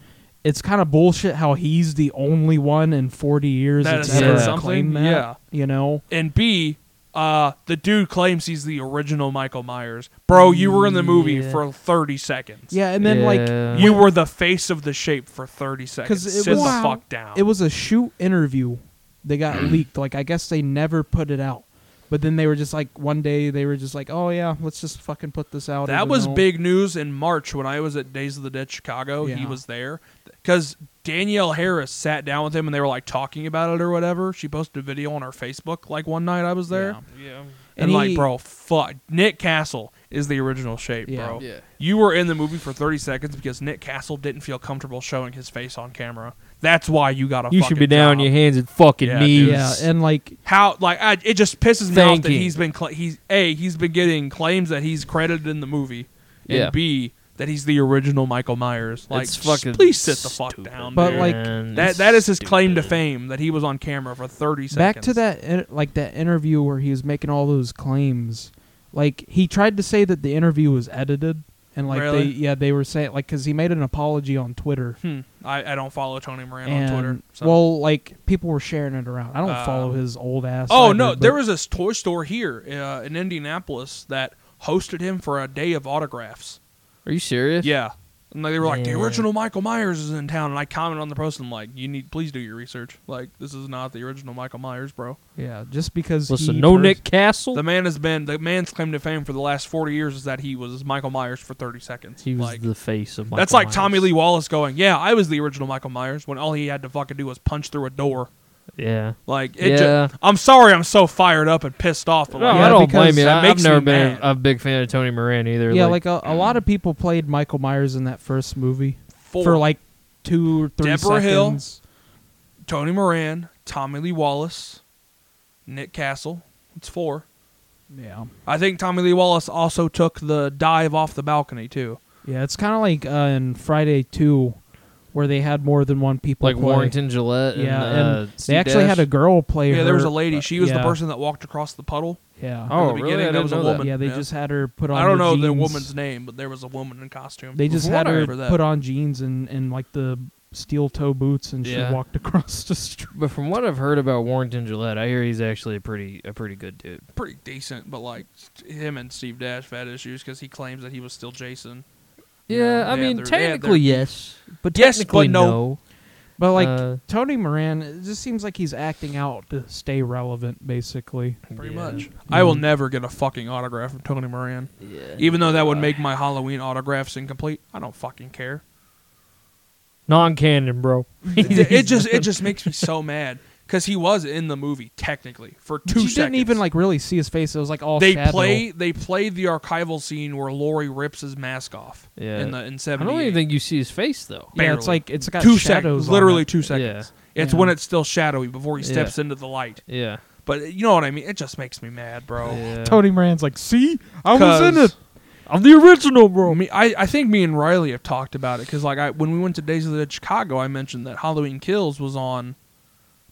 it's kind of bullshit how he's the only one in 40 years That that's has ever said claimed something, that, yeah. you know. and B, uh, the dude claims he's the original Michael Myers. Bro, you were in the movie Yeah. for 30 seconds. Yeah, and then like Yeah. You were the face of the shape for 30 seconds. 'Cause it Sit was- the Wow. fuck down. it was a shoot interview. They got leaked. Like I guess they never put it out. But then they were just like one day they were just like, oh yeah, let's just fucking put this out. that even was though- big news in March when I was at Days of the Dead Chicago. He Yeah. was there because Danielle Harris sat down with him and they were like talking about it or whatever. She posted a video on her Facebook like one night I was there. Yeah. Yeah. And, And like, he- bro, fuck. Nick Castle is the original shape, Yeah. bro. Yeah. You were in the movie for 30 seconds because Nick Castle didn't feel comfortable showing his face on camera. That's why you got a You fucking should be down on job. your hands and fucking Yeah, knees. dude. Yeah, and like how like I, it just pisses me off that Thanking. he's been cla he's a he's been getting claims that he's credited in the movie and Yeah. b that he's the original Michael Myers. Like, It's s- fucking please sit the fuck stupid. down. But, dude. like, And that it's that is his claim to stupid. fame that he was on camera for thirty seconds. back to that in- like that interview where he was making all those claims. Like he tried to say that the interview was edited, and like Really? they yeah they were saying like because he made an apology on Twitter. Hmm. I, I don't follow Tony Moran and, on Twitter. So. Well, like people were sharing it around. I don't Uh, follow his old ass. oh either, no, but- there was this toy store here uh, in Indianapolis that hosted him for a day of autographs. Are you serious? Yeah. And like, they were like, the Yeah. original Michael Myers is in town. And I commented on the post and I'm like, you need, please do your research. Like, this is not the original Michael Myers, bro. yeah just because Listen, he no pers- Nick Castle. The man has been, the man's claim to fame for the last 40 years is that he was Michael Myers for 30 seconds. he was like, the face of Michael that's like Myers. Tommy Lee Wallace going, yeah, I was the original Michael Myers when all he had to fucking do was punch through a door. Yeah. Like, it Yeah. ju- I'm sorry I'm so fired up and pissed off. But No, like, Yeah, I don't because blame you. that I- I've makes never me been mad. a big fan of Tony Moran either. Yeah, like, a, a lot of people played Michael Myers in that first movie for, for like two or three Deborah Hill. seconds. Tony Moran, Tommy Lee Wallace, Nick Castle. It's four. Yeah, I think Tommy Lee Wallace also took the dive off the balcony too. yeah, it's kind of like uh, in Friday Two, where they had more than one people. Like play. Warrington Gillette. Yeah, and, uh, and Steve they actually Dash. had a girl play. Yeah, there was her- a lady. She was the yeah. person that walked across the puddle. Yeah. in Oh, the really? beginning, I that didn't was a know that. woman. yeah, they just had her put on. I don't her know the jeans. woman's name, but there was a woman in costume. They just From what had I her remember that. put on jeans and and like the steel toe boots, and Yeah. she walked across the street. But from what I've heard about Warrington Gillette, I hear he's actually a pretty a pretty good dude. pretty decent, but like him and Steve Dash have had issues because he claims that he was still Jason. Yeah, Yeah, I they mean had their- they had technically yes, but Yes, but technically no. But like Uh, Tony Moran, it just seems like he's acting out to stay relevant, basically. Pretty Yeah. much. I will never get a fucking autograph from Tony Moran, Yeah. even though that would make my Halloween autographs incomplete. I don't fucking care. non-canon, bro. it, it just it just makes me so mad because he was in the movie technically for But two you seconds. didn't even like really see his face. It was like all they shadow. play they played the archival scene where Laurie rips his mask off. Yeah. In the in I seventy. don't even think you see his face though. Yeah, it's like it's got two shadows. seconds, on literally it. two seconds. It's Yeah. when it's still shadowy before he Yeah. steps into the light. Yeah. But you know what I mean. It just makes me mad, bro. yeah. Tony Moran's like, see, I was in 'Cause- it. I'm the original, bro. Bro, me, I, I think me and Riley have talked about it because like I when we went to Days of the Dead Chicago, I mentioned that Halloween Kills was on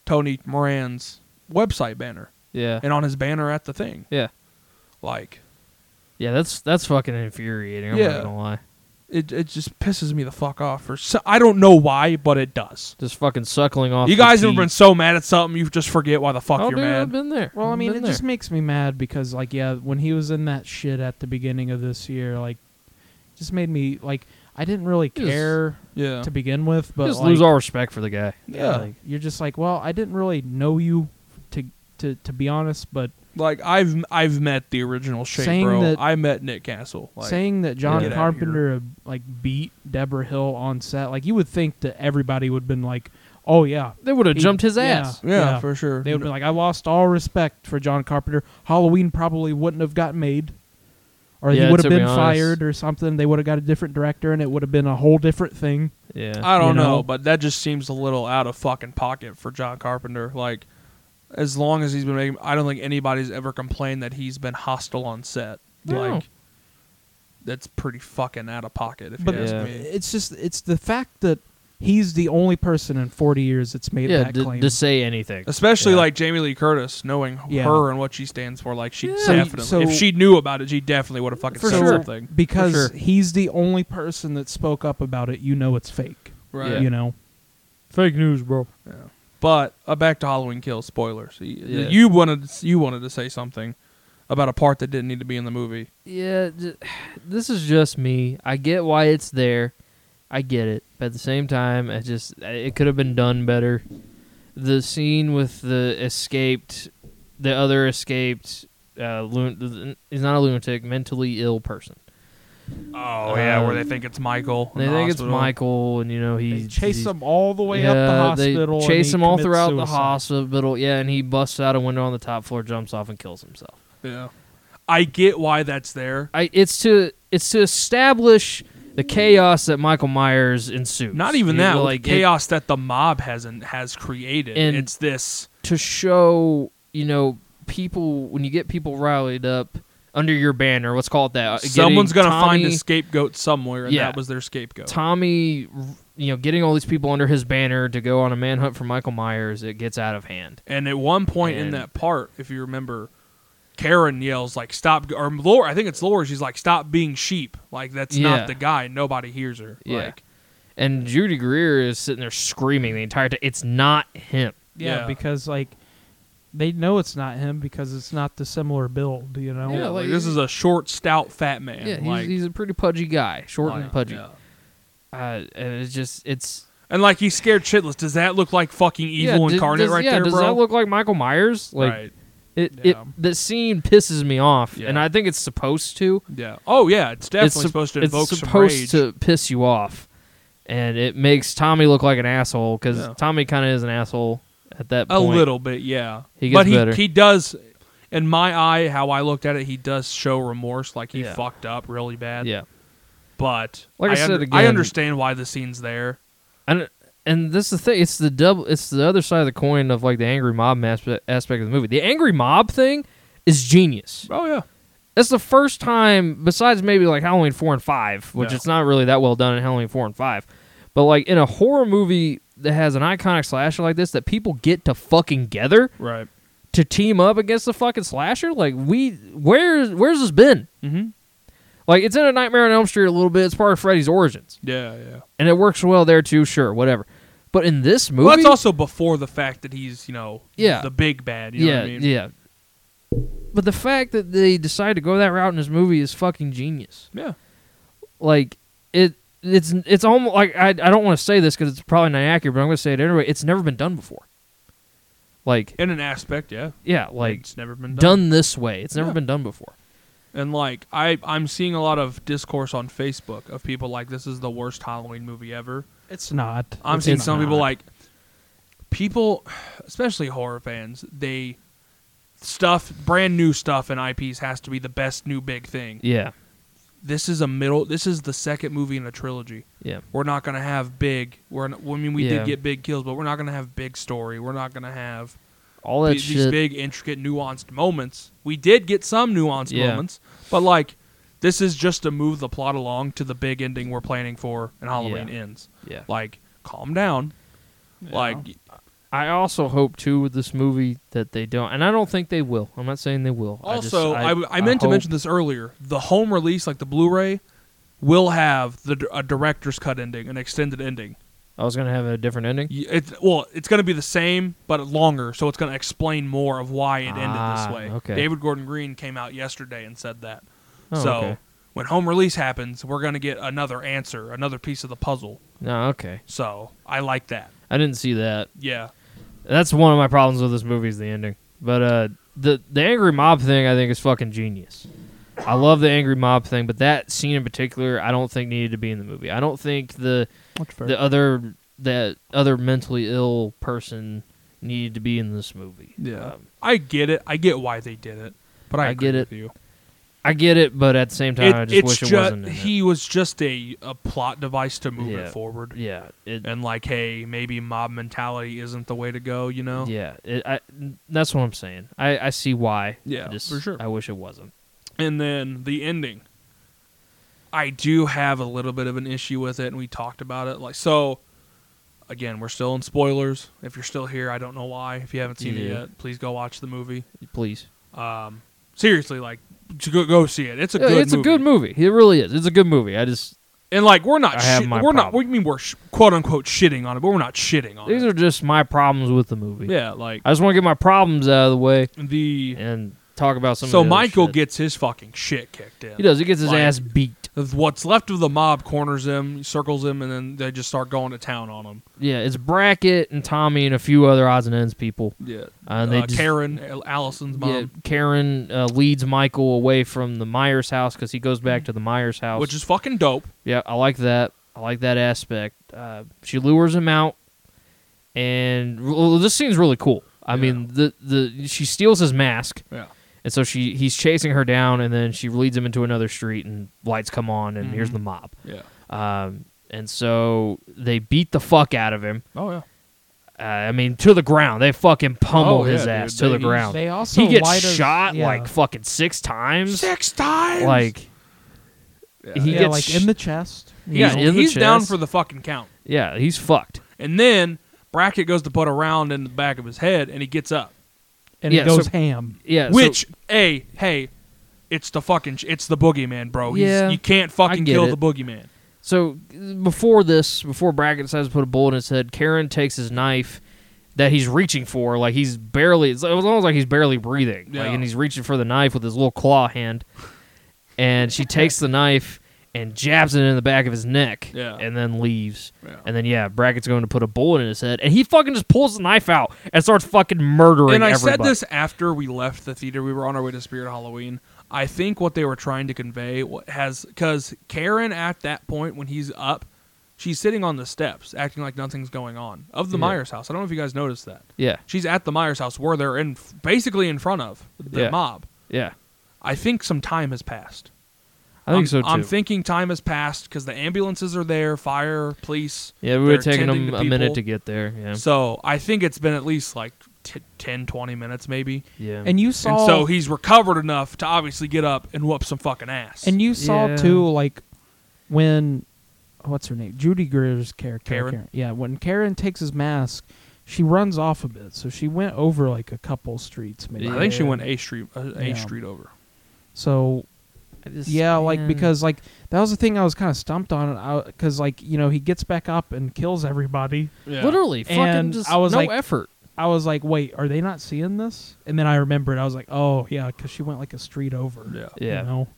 Tony Moran's website banner Yeah. and on his banner at the thing. Yeah. Like Yeah, that's that's fucking infuriating. I'm Yeah. not gonna lie. it, it just pisses me the fuck off for so, I don't know why, but it does. Just fucking suckling off. You the guys have teeth. been so mad at something you just forget why the fuck Oh, you're dude, mad. I've been there. Well, I I've mean, been it there. just makes me mad because, like, yeah, when he was in that shit at the beginning of this year, like, just made me like I didn't really Just- care Yeah. to begin with, but just like, lose all respect for the guy. yeah. like, you're just like, well, I didn't really know you to to to be honest, but Like I've I've met the original shape, Saying bro. that- I met Nick Castle. Like, saying that John Get outta Carpenter like beat Deborah Hill on set, like you would think that everybody would have been like, oh yeah, They would have He- jumped his yeah. ass. yeah, yeah. for sure. they would be like, I lost all respect for John Carpenter. Halloween probably wouldn't have got made. Or Yeah, he would to have be been honest. fired or something. They would have got a different director and it would have been a whole different thing. Yeah. I don't you know, know? but that just seems a little out of fucking pocket for John Carpenter. Like as long as he's been making, I don't think anybody's ever complained that he's been hostile on set. No. Like that's pretty fucking out of pocket. If But you ask Yeah. me, it's just it's the fact that he's the only person in 40 years that's made yeah. that d- claim. to say anything. Especially Yeah. like Jamie Lee Curtis, knowing Yeah. her and what she stands for, like she Yeah. So- definitely, so- if she knew about it, she definitely would have fucking For said sure. something. because sure. he's the only person that spoke up about it, you know it's fake. Right. You know. Fake news, bro. But uh, back to Halloween Kill spoilers. Y- Yeah. You wanted you wanted to say something about a part that didn't need to be in the movie. Yeah, j- this is just me. I get why it's there. I get it. But at the same time, I just I- it could have been done better. The scene with the escaped, the other escaped, uh, lun- th- th- he's not a lunatic, mentally ill person. Oh yeah, where they think it's Michael. They think it's Michael, and you know he They chase he's- him all the way up the Yeah, hospital. They and chase he him all commits throughout the suicide. hospital. Yeah, and he busts out a window on the top floor, jumps off, and kills himself. Yeah, I get why that's there. I it's to it's to establish the chaos that Michael Myers ensues. Not even You that, know, like like it- chaos that the mob hasn't has created. And- it's this. to show you know people when you get people rallied up under your banner. Let's call it that. uh, Getting Someone's gonna find a Tommy- scapegoat somewhere, and Yeah. that was their scapegoat. Tommy. You know, getting all these people under his banner to go on a manhunt for Michael Myers, it gets out of hand. And at one point in And- that part, if you remember, Karen yells like "Stop!" or Laura, I think it's Laura. She's like "Stop being sheep!" Like that's Yeah. not the guy. Nobody hears her. Yeah. Like, And Judy Greer is sitting there screaming the entire time. It's not him. Yeah, Yeah. because like they know it's not him because it's not the similar build. You know. Yeah, like, like- this is a short, stout, fat man. yeah, he's, like, he's a pretty pudgy guy, short like, and pudgy. yeah. Uh, and it's just it's And like he's scared shitless. Does that look like fucking yeah, evil d- incarnate does, right yeah, there, does bro? that look like Michael Myers? Like right. it, it Yeah. the scene pisses me off, Yeah. and I think it's supposed to. Yeah. Oh yeah, it's definitely it's sup- supposed to it's evoke supposed some rage. to piss you off, and it makes Tommy look like an asshole because Yeah. Tommy kind of is an asshole at that a point. little bit, yeah. He but gets he better. he does. In my eye, how I looked at it, he does show remorse, like he Yeah. fucked up really bad. yeah. But Like I said under- again- I understand why the scene's there. And and this is the thing. It's the double. It's the other side of the coin of like the angry mob aspe- aspect of the movie. The angry mob thing is genius. Oh yeah, That's the first time, besides maybe like Halloween four and five, which Yeah. it's not really that well done in Halloween four and five, but like in a horror movie that has an iconic slasher like this, that people get to fucking gather right. to team up against the fucking slasher. Like we, where's where's this been? Mhm. Like it's in a Nightmare on Elm Street a little bit. It's part of Freddy's origins, Yeah, yeah. and it works well there too. Sure, whatever. But in this movie, Well, that's also before the fact that he's you know Yeah. the big bad. You know yeah, what I mean? yeah. But the fact that they decide to go that route in this movie is fucking genius. Yeah. Like it, it's it's almost like I I don't want to say this because it's probably not accurate, but I'm gonna say it anyway. It's never been done before. Like In an aspect, yeah. yeah, like it's never been done. done. this way. It's never Yeah. been done before. And like I, I'm seeing a lot of discourse on Facebook of people like this is the worst Halloween movie ever. It's not. I'm It's seeing not. some people like people, especially horror fans. They stuff brand new stuff in IPs has to be the best new big thing. Yeah, This is a middle. This is the second movie in a trilogy. yeah. We're not gonna have big. We're not, well, I mean we Yeah. did get big kills, but we're not gonna have big story. We're not gonna have All that the- these shit. big intricate nuanced moments. We did get some nuanced Yeah. moments, but like this is just to move the plot along to the big ending we're planning for, and Halloween Yeah. ends. yeah. Like calm down. Like I also hope too with this movie that they don't, and I don't think they will. I'm not saying they will. I just- Also, I, I, meant to hope- mention this earlier. The home release, like the Blu-ray, will have the a director's cut ending, an extended ending. I was gonna have a different ending. Y- It's well, it's going to be the same but longer, so it's going to explain more of why it Ah, ended this way. okay. David Gordon Green came out yesterday and said that. Oh, so okay. when home release happens, we're going to get another answer, another piece of the puzzle. No, okay. So I like that. I didn't see that. Yeah, That's one of my problems with this movie is the ending. But uh, the the angry mob thing I think is fucking genius. I love the angry mob thing, but that scene in particular I don't think needed to be in the movie. I don't think the That's fair. the other that other mentally ill person needed to be in this movie. Yeah. Um, I get it. I get why they did it, but I, I agree get with it. you. I get it, but at the same time, It- I just it's wish it ju- wasn't. in it. he was just a, a plot device to move Yeah. it forward. Yeah. It, and like, hey, maybe mob mentality isn't the way to go, you know? yeah. It, I, that's what I'm saying. I, I see why. Yeah, I just- for sure. I wish it wasn't. And then the ending. I do have a little bit of an issue with it, and we talked about it. Like, so again, we're still in spoilers. If you're still here, I don't know why. If you haven't seen it Yeah. yet, please go watch the movie. Please. Um, seriously, like, to go, go see it. It's a Yeah, good. it's a good movie. It really is. It's a good movie. I just And like we're not, I have shi- my we're not. problem. We mean we're sh- quote unquote shitting on it, but we're not shitting on These it. are just my problems with the movie. yeah, like I just want to get my problems out of the way the. and talk about some. of So the other Michael shit. gets his fucking shit kicked in. He does. He gets his Like- ass beat. What's left of the mob corners him, circles him, and then they just start going to town on him. Yeah, it's Brackett and Tommy and a few other odds and ends people. Yeah, Uh, they uh, just- Karen, um, Al- Allison's mom, Yeah, Karen uh, leads Michael away from the Myers house because he goes back to the Myers house. which is fucking dope. yeah, I like that. I like that aspect. Uh, she lures him out, and well, this scene's really cool. I mean, the the she steals his mask, Yeah, and so she he's chasing her down, and then she leads him into another street, and lights come on, and here's the mob. yeah. Um, and so they beat the fuck out of him. Oh yeah. Uh, I mean, to the ground. They fucking pummel Oh, yeah, his dude. ass They- to the he's- ground. They also he gets light a- shot yeah. like fucking six times. Six times. Like he yeah, gets like sh- in the chest. yeah, he's in the he's down chest. for the fucking count. yeah, he's fucked. And then Brackett goes to put a round in the back of his head, and he gets up. And Yeah, he goes so- ham. Yeah, so- Which, a hey, it's the fucking, it's the boogeyman, bro. He's, Yeah, you can't fucking I get kill it. the boogeyman. so, before this, before Brackett decides to put a bullet in his head, Karen takes his knife that he's reaching for. Like he's barely, it's almost like he's barely breathing. Yeah. Like, and he's reaching for the knife with his little claw hand, and she takes the knife and jabs it in the back of his neck, Yeah. and then leaves. Yeah. And then yeah, Brackett's going to put a bullet in his head, and he fucking just pulls the knife out and starts fucking murdering. And I everybody. said this after we left the theater. We were on our way to Spirit Halloween. I think what they were trying to convey wa- has because Karen at that point when he's up, she's sitting on the steps acting like nothing's going on of the Yeah. Myers house. I don't know if you guys noticed that. Yeah, She's at the Myers house where they're in basically in front of the Yeah. mob. yeah. I think some time has passed. I think I'm, so too. I'm thinking time has passed because the ambulances are there, fire, police. yeah, we were they're taking attending him to a minute people. to get there. Yeah, So I think it's been at least like t- 10, 20 minutes maybe. yeah. And you saw And so he's recovered enough to obviously get up and whoop some fucking ass. And you saw Yeah. too, like when what's her name, Judy Greer's character, Karen? Yeah, when Karen takes his mask, she runs off a bit, so she went over like a couple streets, maybe. I think she went A street, uh, A Yeah. street over. So I just- yeah, like man. because like that was the thing I was kind of stumped on, because like you know he gets back up and kills everybody. literally fucking And just I was no like- effort. I was like, wait, are they not seeing this? And then I remembered, I was like, oh yeah, because she went like a street over. Yeah. Yeah. You know?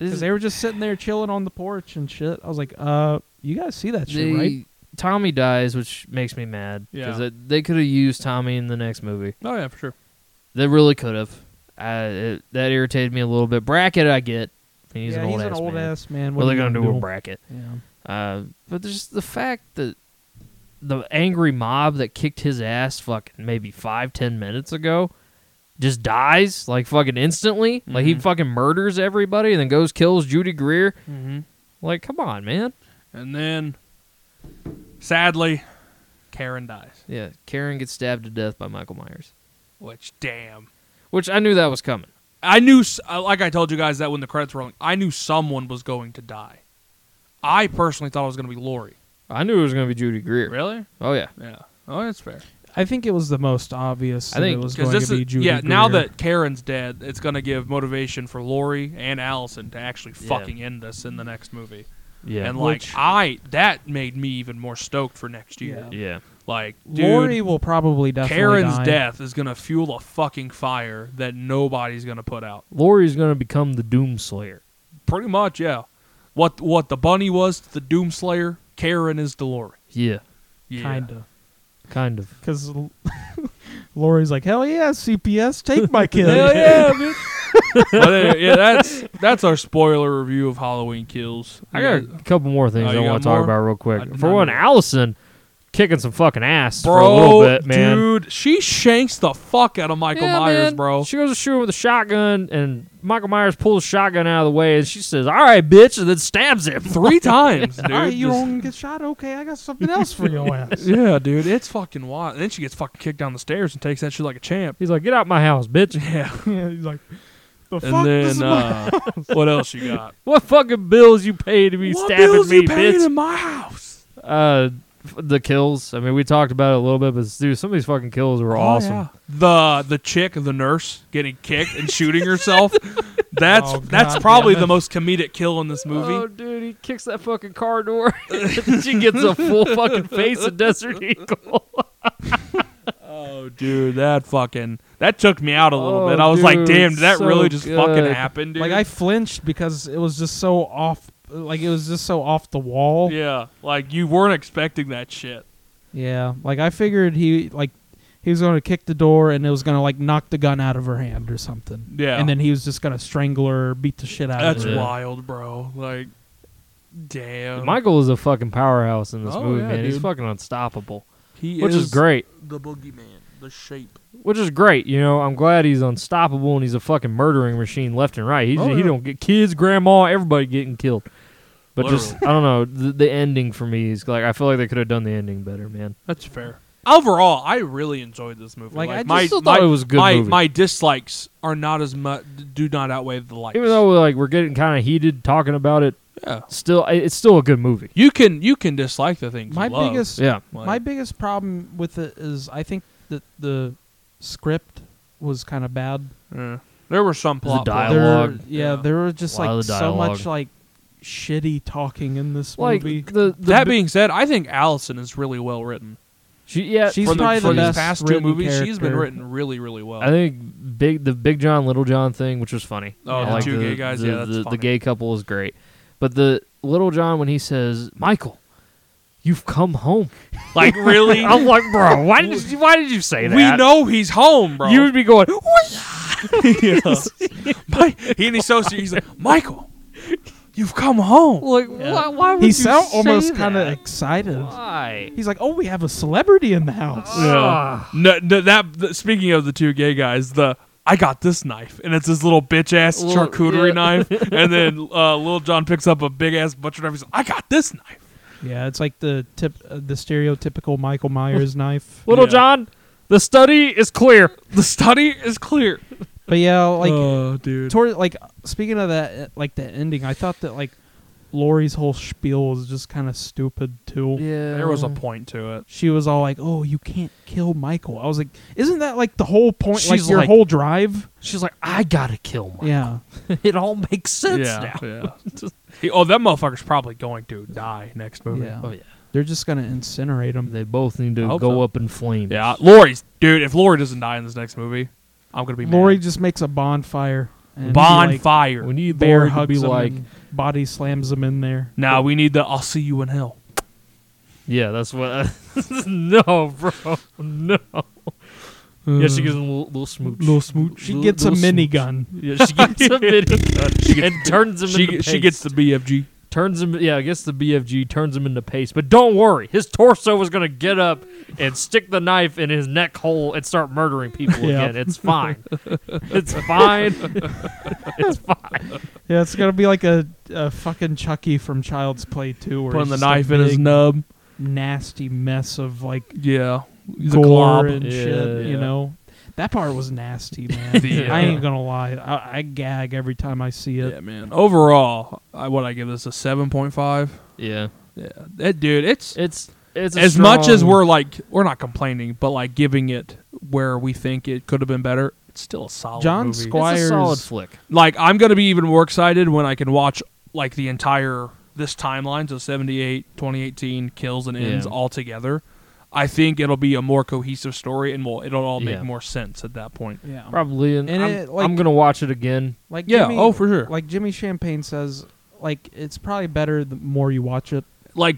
This Because they were just sitting there chilling on the porch and shit. I was like, uh, you guys see that shit, the- right? Tommy dies, which makes me mad because Yeah. they could have used Tommy in the next movie. Oh yeah, for sure. They really could have. I it, that irritated me a little bit. Bracket, I get. I mean, he's yeah, an old he's ass an old man. ass man. What are they gonna you do with Bracket? Uh, but there's the fact that the angry mob that kicked his ass fucking maybe five ten minutes ago just dies like fucking instantly. Like he fucking murders everybody and then goes kills Judy Greer. Mm-hmm. Like come on, man. And then, sadly, Karen dies. Yeah, Karen gets stabbed to death by Michael Myers, Which damn, which I knew that was coming. I knew. s- uh, Like I told you guys that when the credits were rolling, I knew someone was going to die. I personally thought it was going to be Lori. I knew it was gonna be Judy Greer. Really? Oh yeah, Yeah. Oh, that's fair. I think it was the most obvious. I that think- it was 'Cause going this to be is Judy. yeah. Now Greer. that Karen's dead, it's going to give motivation for Lori and Allison to actually Yeah. fucking end this in the next movie. yeah, and like Which- I that made me even more stoked for next year. Yeah. yeah. Like dude, Lori will probably definitely Karen's die. death is gonna fuel a fucking fire that nobody's gonna put out. Lori's gonna become the Doom Slayer. Pretty much, yeah. What what the bunny was to the Doomslayer, Karen is to Lori. Yeah, Yeah. kinda, kind of. because Lori's like, hell yeah, CPS, take my kid. Hell yeah, bitch. but anyway, yeah, that's that's our spoiler review of Halloween kills. I got a couple more things Oh, I you want got to talk more? about real I quick. did For not one, know that. Allison kicking some fucking ass for a bro, little bit, man. dude, she shanks the fuck out of Michael Yeah, Myers, man. bro. She goes to shoot him with a shotgun, and Michael Myers pulls the shotgun out of the way, and she says, "All right, bitch," and then stabs him. Three times, dude. All right, you Just- don't get shot. Okay, I got something else for your ass. Yeah, dude, it's fucking wild. And then she gets fucking kicked down the stairs and takes that shit like a champ. He's like, "Get out my house, bitch." Yeah. yeah, he's like, the And fuck this is then my- uh, what else you got? What fucking bills you pay to be stabbing me, bitch? in my house? uh, f- the kills. I mean, we talked about it a little bit, but dude, some of these fucking kills Oh, were awesome. The the chick, the nurse, getting kicked and shooting herself. That's Oh, that's God probably damn it. the most comedic kill in this movie. Oh, dude, and he kicks that fucking car door. she gets a full fucking face of Desert Eagle. Oh, dude, that fucking that took me out a little Oh, bit. I was like, dude, damn, did that so really just fucking good. happen, dude? Like I flinched because it was just so off. Like it was just so off the wall. yeah, like you weren't expecting that shit. Yeah, like I figured he like he was going to kick the door and it was going to like knock the gun out of her hand or something. Yeah. and then he was just going to strangle her, or beat the shit out That's of her. Yeah. wild, bro. Like, damn, Michael is a fucking powerhouse in this Oh, movie, yeah, man. He's dude. fucking unstoppable, he which is great. The boogeyman, the shape. Which is great, you know. I'm glad he's unstoppable and he's a fucking murdering machine left and right. He Oh, he yeah. don't get kids, grandma, everybody getting killed. But just I Literally. don't know the, the ending for me is like I feel like they could have done the ending better, man. That's fair. Overall, I really enjoyed this movie. Like, I just my, still my, thought it was a good my, movie. my dislikes are not as much. Do not outweigh the likes. Even though like we're getting kind of heated talking about it, yeah. still it- it's still a good movie. you can you can dislike the things. My you love. biggest Yeah, Like, my biggest problem with it is I think that the script was kind of bad. yeah. eh. there were some The plot dialogue. points. There, yeah, Yeah. there was just A lot like of the so much dialogue. like shitty talking in this like movie. the, the That bi- being said, I think Allison is really well written. she, yeah she's for the, probably for the these best past two written movies, she's been character. written really, really well. I think big the Big John Little John thing, which was funny. Oh, I the like two gay guys, The, yeah, that's the, funny. the gay couple is great, but the Little John when he says, "Michael, you've come home," like really, I'm like, "Bro, why did you, why did you say that?" we know he's home, bro. you would be going. "What?" yeah. My, he and his associate, he's like, Michael, you've come home. Like, why, why would he you sound say almost that? kind of excited. Why? He's like, "Oh, we have a celebrity in the house." Ah. No, no, that th- speaking of the two gay guys, the I got this knife, and it's this little bitch ass Little- charcuterie yeah. knife, and then uh, Lil John picks up a big ass butcher knife. He's like, I got this knife. Yeah, it's like the tip, uh, the stereotypical Michael Myers knife. Little Yeah. John, the study is clear. The study is clear. But yeah, like oh, dude. toward like speaking of that, uh, like the ending, I thought that like Lori's whole spiel was just kind of stupid too. Yeah, there was a point to it. She was all like, "Oh, you can't kill Michael." I was like, "Isn't that like the whole point? like She's your like- whole drive?" She's like, I gotta kill Michael. Yeah, It all makes sense yeah, now. yeah. He- oh, that motherfucker's probably going to die next movie. yeah. Oh yeah. They're just gonna incinerate him. They both need to I go hope so. up in flames. Yeah, Lori's dude. If Lori doesn't die in this next movie, I'm gonna be Lori mad. just makes a bonfire. And Like, bonfire. We need bear Lori to hugs be him like, and body slams him in there. now we need the "I'll see you in hell." yeah, that's what. no, bro, no. yeah, she gives him a little, little smooch. Uh, Little smooch. She Little- gets a little smooch. minigun. Yeah, she gets a minigun and turns him. She into she gets the paste. BFG. turns him. Yeah, gets the BFG, turns him into paste. But don't worry, his torso is gonna get up and stick the knife in his neck hole and start murdering people Yeah. again. It's fine. it's fine. it's fine. Yeah, it's gonna be like a, a fucking Chucky from Child's Play 2 where Putting it's the just a knife in his big, nub. nasty mess of like Yeah, the gore glob. and shit, Yeah. you know. That part was nasty, man. Yeah. I ain't gonna lie. I, I gag every time I see it. Yeah, man. Overall, I, what I give this a seven point five. Yeah, Yeah, that dude. It's it's it's a as much as strong- we're like we're not complaining, but like giving it where we think it could have been better. It's still a solid. John movie. Squ- It's a solid Squires- flick. like I'm gonna be even more excited when I can watch like the entire this timeline, so 78, 2018 kills and ends Yeah. all together. I think it'll be a more cohesive story, and will it'll all make Yeah. more sense at that point. Yeah. Probably, and, And I'm, it, like- I'm gonna watch it again. Like Yeah, Jimmy, oh for sure. Like, like Jimmy Champagne says, like it's probably better the more you watch it.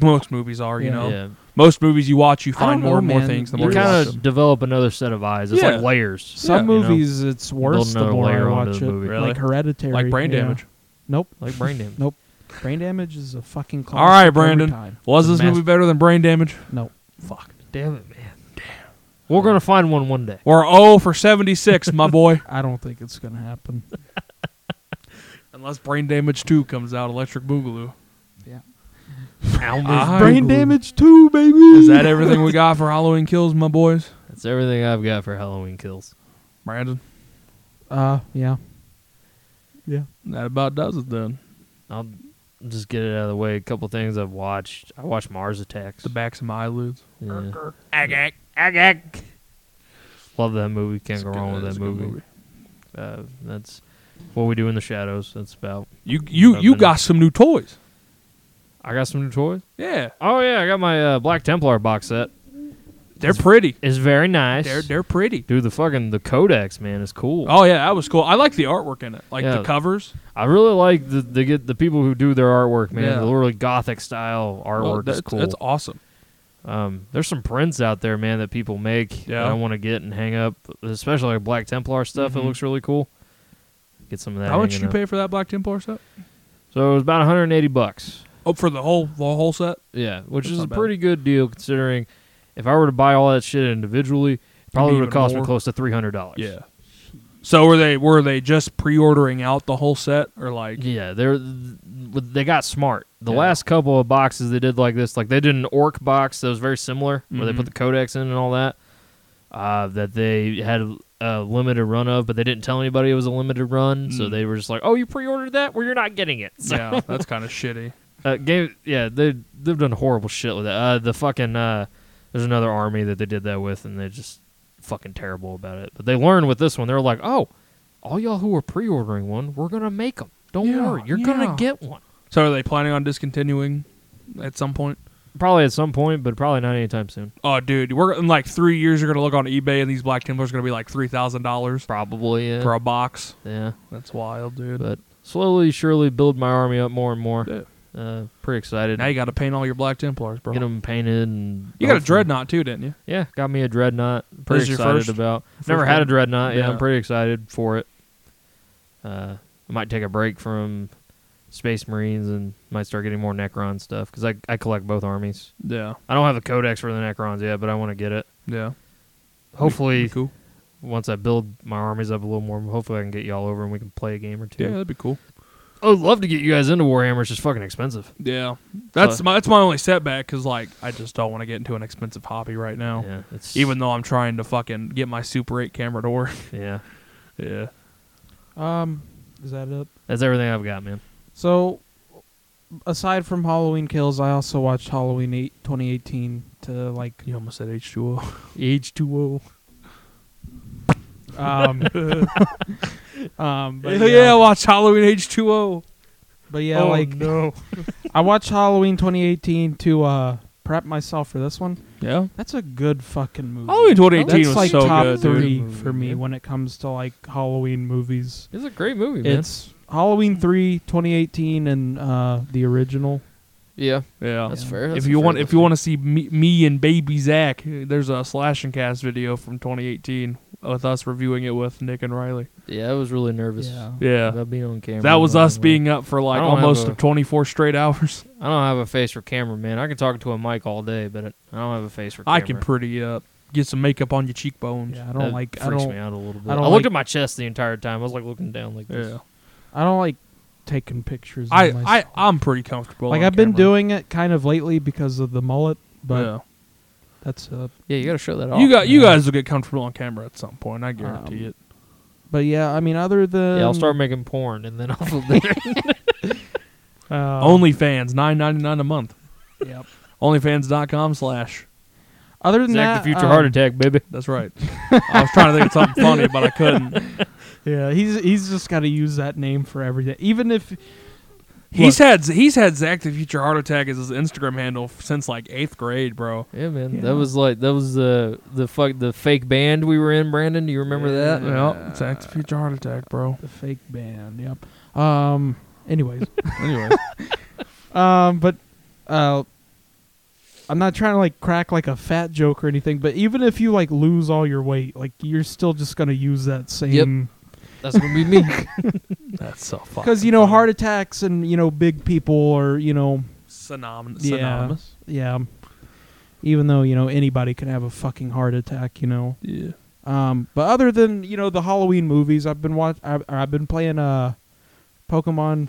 most movies are, you Yeah. know. yeah, Most movies you watch, you find don't more know, and more man. things the You more you you watch kind them. of develop another set of eyes. It's Yeah. like layers. Some you know? movies it's worse the another more I layer onto watch it. the movie. Really? Like hereditary. Like brain yeah. damage. Nope. like brain damage. Nope. Brain damage is a fucking classic. All right, every Brandon. time. Was The this mas- movie better than brain damage? Nope. Fuck. Damn it, man. Damn. We're gonna find one one day. We're 0 oh, for 76, my boy. I don't think it's gonna happen. Unless Brain Damage 2 comes out, Electric Boogaloo. Yeah. I- Brain damage too, baby. Is that everything we got for Halloween kills, my boys? That's everything I've got for Halloween kills. Brandon, Uh, yeah. Yeah. that about does it then. I'll just get it out of the way. A couple things I've watched. I watched Mars Attacks. The backs of my eyelids. Yeah. Agak. Love that movie. Can't go wrong with that movie. Uh, that's what we do in the shadows. That's about. You you you Nothing. got some new toys. I got some new toys. Yeah, Oh yeah, I got my uh, Black Templar box set. they're pretty. It's very nice. They're they're pretty. Dude, the fucking the codex man is cool. Oh yeah, that was cool. I like the artwork in it, like Yeah. the covers. I really like the they get the people who do their artwork, man. Yeah. The really gothic style artwork Well, is that's, cool. that's awesome. um, there's some prints out there, man, that people make Yeah. that I want to get and hang up, especially like Black Templar stuff. It looks really cool. Get some of that. How much hanging you up. pay for that Black Templar set? So it was about 180 bucks. Oh, for the whole the whole set. Yeah, which That's is not a bad. pretty good deal considering if I were to buy all that shit individually, it probably be would have even cost more. me close to $300. So were they were they just pre-ordering out the whole set or like? Yeah, they're they got smart. The Yeah. last couple of boxes they did like this, like they did an orc box that was very similar, where they Mm-hmm. put the codex in and all that. Uh, that they had a, a limited run of, but they didn't tell anybody it was a limited run, Mm. so they were just like, "Oh, you pre-ordered that? Well, you're not getting it." So, Yeah, that's kind of shitty. uh, game, yeah, they they've done horrible shit with that. Uh, the fucking uh, there's another army that they did that with, and they're just fucking terrible about it. But they learned with this one. They're like, "Oh, all y'all who are pre-ordering one, we're gonna make them. Don't Yeah, worry, you're yeah. gonna get one." So are they planning on discontinuing at some point? Probably at some point, but probably not anytime soon. Oh, dude, we're in like three years. You're gonna look on eBay, and these Black Templars are gonna be like three thousand dollars Probably, yeah. for a box. yeah. That's wild, dude. But slowly, surely, build my army up more and more. Yeah. Uh, pretty excited. now you got to paint all your Black Templars, bro. Get them painted. And you got a hopefully- dreadnought too, didn't you? Yeah, got me a dreadnought. Pretty is your excited first- about. Never had a one? dreadnought. Yeah, Yeah. I'm pretty excited for it. Uh, I might take a break from Space Marines and might start getting more Necron stuff because I I collect both armies. Yeah, I don't have a codex for the Necrons yet, but I want to get it. yeah. Hopefully, cool. once I build my armies up a little more, hopefully I can get y'all over and we can play a game or two. Yeah, that'd be cool. I would love to get you guys into Warhammer. It's just fucking expensive. Yeah, that's So- my that's my only setback because like I just don't want to get into an expensive hobby right now. Yeah, it's Even though I'm trying to fucking get my Super 8 camera to work. yeah. yeah. Um, is that it? That's everything I've got, man. So, aside from Halloween Kills, I also watched Halloween 8, 2018 to like You almost said H2O. H two O. um um but yeah, yeah, watch Halloween H2O. but yeah, Oh, like no. I watched Halloween 2018 to uh prep myself for this one. Yeah. That's a good fucking movie. Halloween 2018 That's was like so top good. dude. three Good movie, for me yeah. when it comes to like Halloween movies. It's a great movie, man. It's Halloween 3, 2018, and uh, the original. Yeah, Oh, Yeah. that's fair. if you want, if you want to see me, me and Baby Zach, there's a slash and cast video from 2018 with us reviewing it with Nick and Riley. yeah, I was really nervous. Yeah, about being on camera. that was I us being up for like I don't have almost a- 24 straight hours. I don't have a face for camera, man. I can talk to a mic all day, but I don't have a face for. camera. I can pretty up, get some makeup on your cheekbones. Yeah, I don't That like. I Freaks don't. me out a little bit. I, I don't looked like- at my chest the entire time. I was like looking down like this. Yeah. I don't like taking pictures. I, of I, myself. I'm pretty comfortable. like on I've been camera. doing it kind of lately because of the mullet, but Yeah. that's uh Yeah, you got to show that off. You got you yeah. guys will get comfortable on camera at some point. I guarantee Um, it. But yeah, I mean, other than yeah, Um, I'll start making porn and then I'll. uh, OnlyFans nine ninety nine a month. Yep. OnlyFans.com slash. Other than Zach that, the future um, heart attack, baby. That's right. I was trying to think of something funny, but I couldn't. Yeah, he's he's just got to use that name for everything. Even if He's had he's had Zach the Future Heart Attack as his Instagram handle since like eighth grade, bro. Yeah, man, Yeah. that was like that was the the fuck the fake band we were in. Brandon, do you remember that? Yeah, Zach the Future Heart Attack, bro. the fake band, yep. Um. Anyways, Anyway, um. But uh, I'm not trying to like crack like a fat joke or anything. But even if you like lose all your weight, like you're still just gonna use that same That's gonna be me. that's so fucking. because you know funny. heart attacks and you know big people or you know Synonym- Yeah. synonymous. yeah. Even though you know anybody can have a fucking heart attack, you know. Yeah. Um, but other than you know the Halloween movies, I've been watch I've, I've been playing uh, Pokemon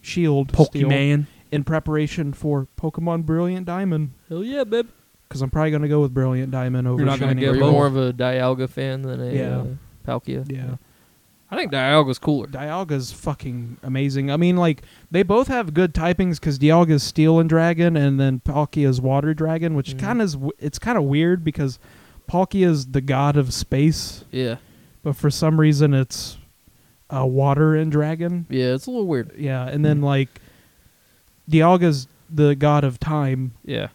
Shield still Pokemon. in preparation for Pokemon Brilliant Diamond Hell yeah, babe. because I'm probably gonna go with Brilliant Diamond over You're not gonna Shining get Are you Pearl. both. more of a Dialga fan than a Yeah. uh, Palkia? Yeah, I think Dialga's cooler. Dialga's fucking amazing. I mean, like they both have good typings because Dialga's Steel and Dragon, and then Palkia's Water Dragon, which Mhm. kind of is w- it's kind of weird because Palkia's the god of space, Yeah, but for some reason it's uh, water and dragon. Hmm. yeah, it's a little weird. Yeah, and then like Dialga's the god of time. Yeah.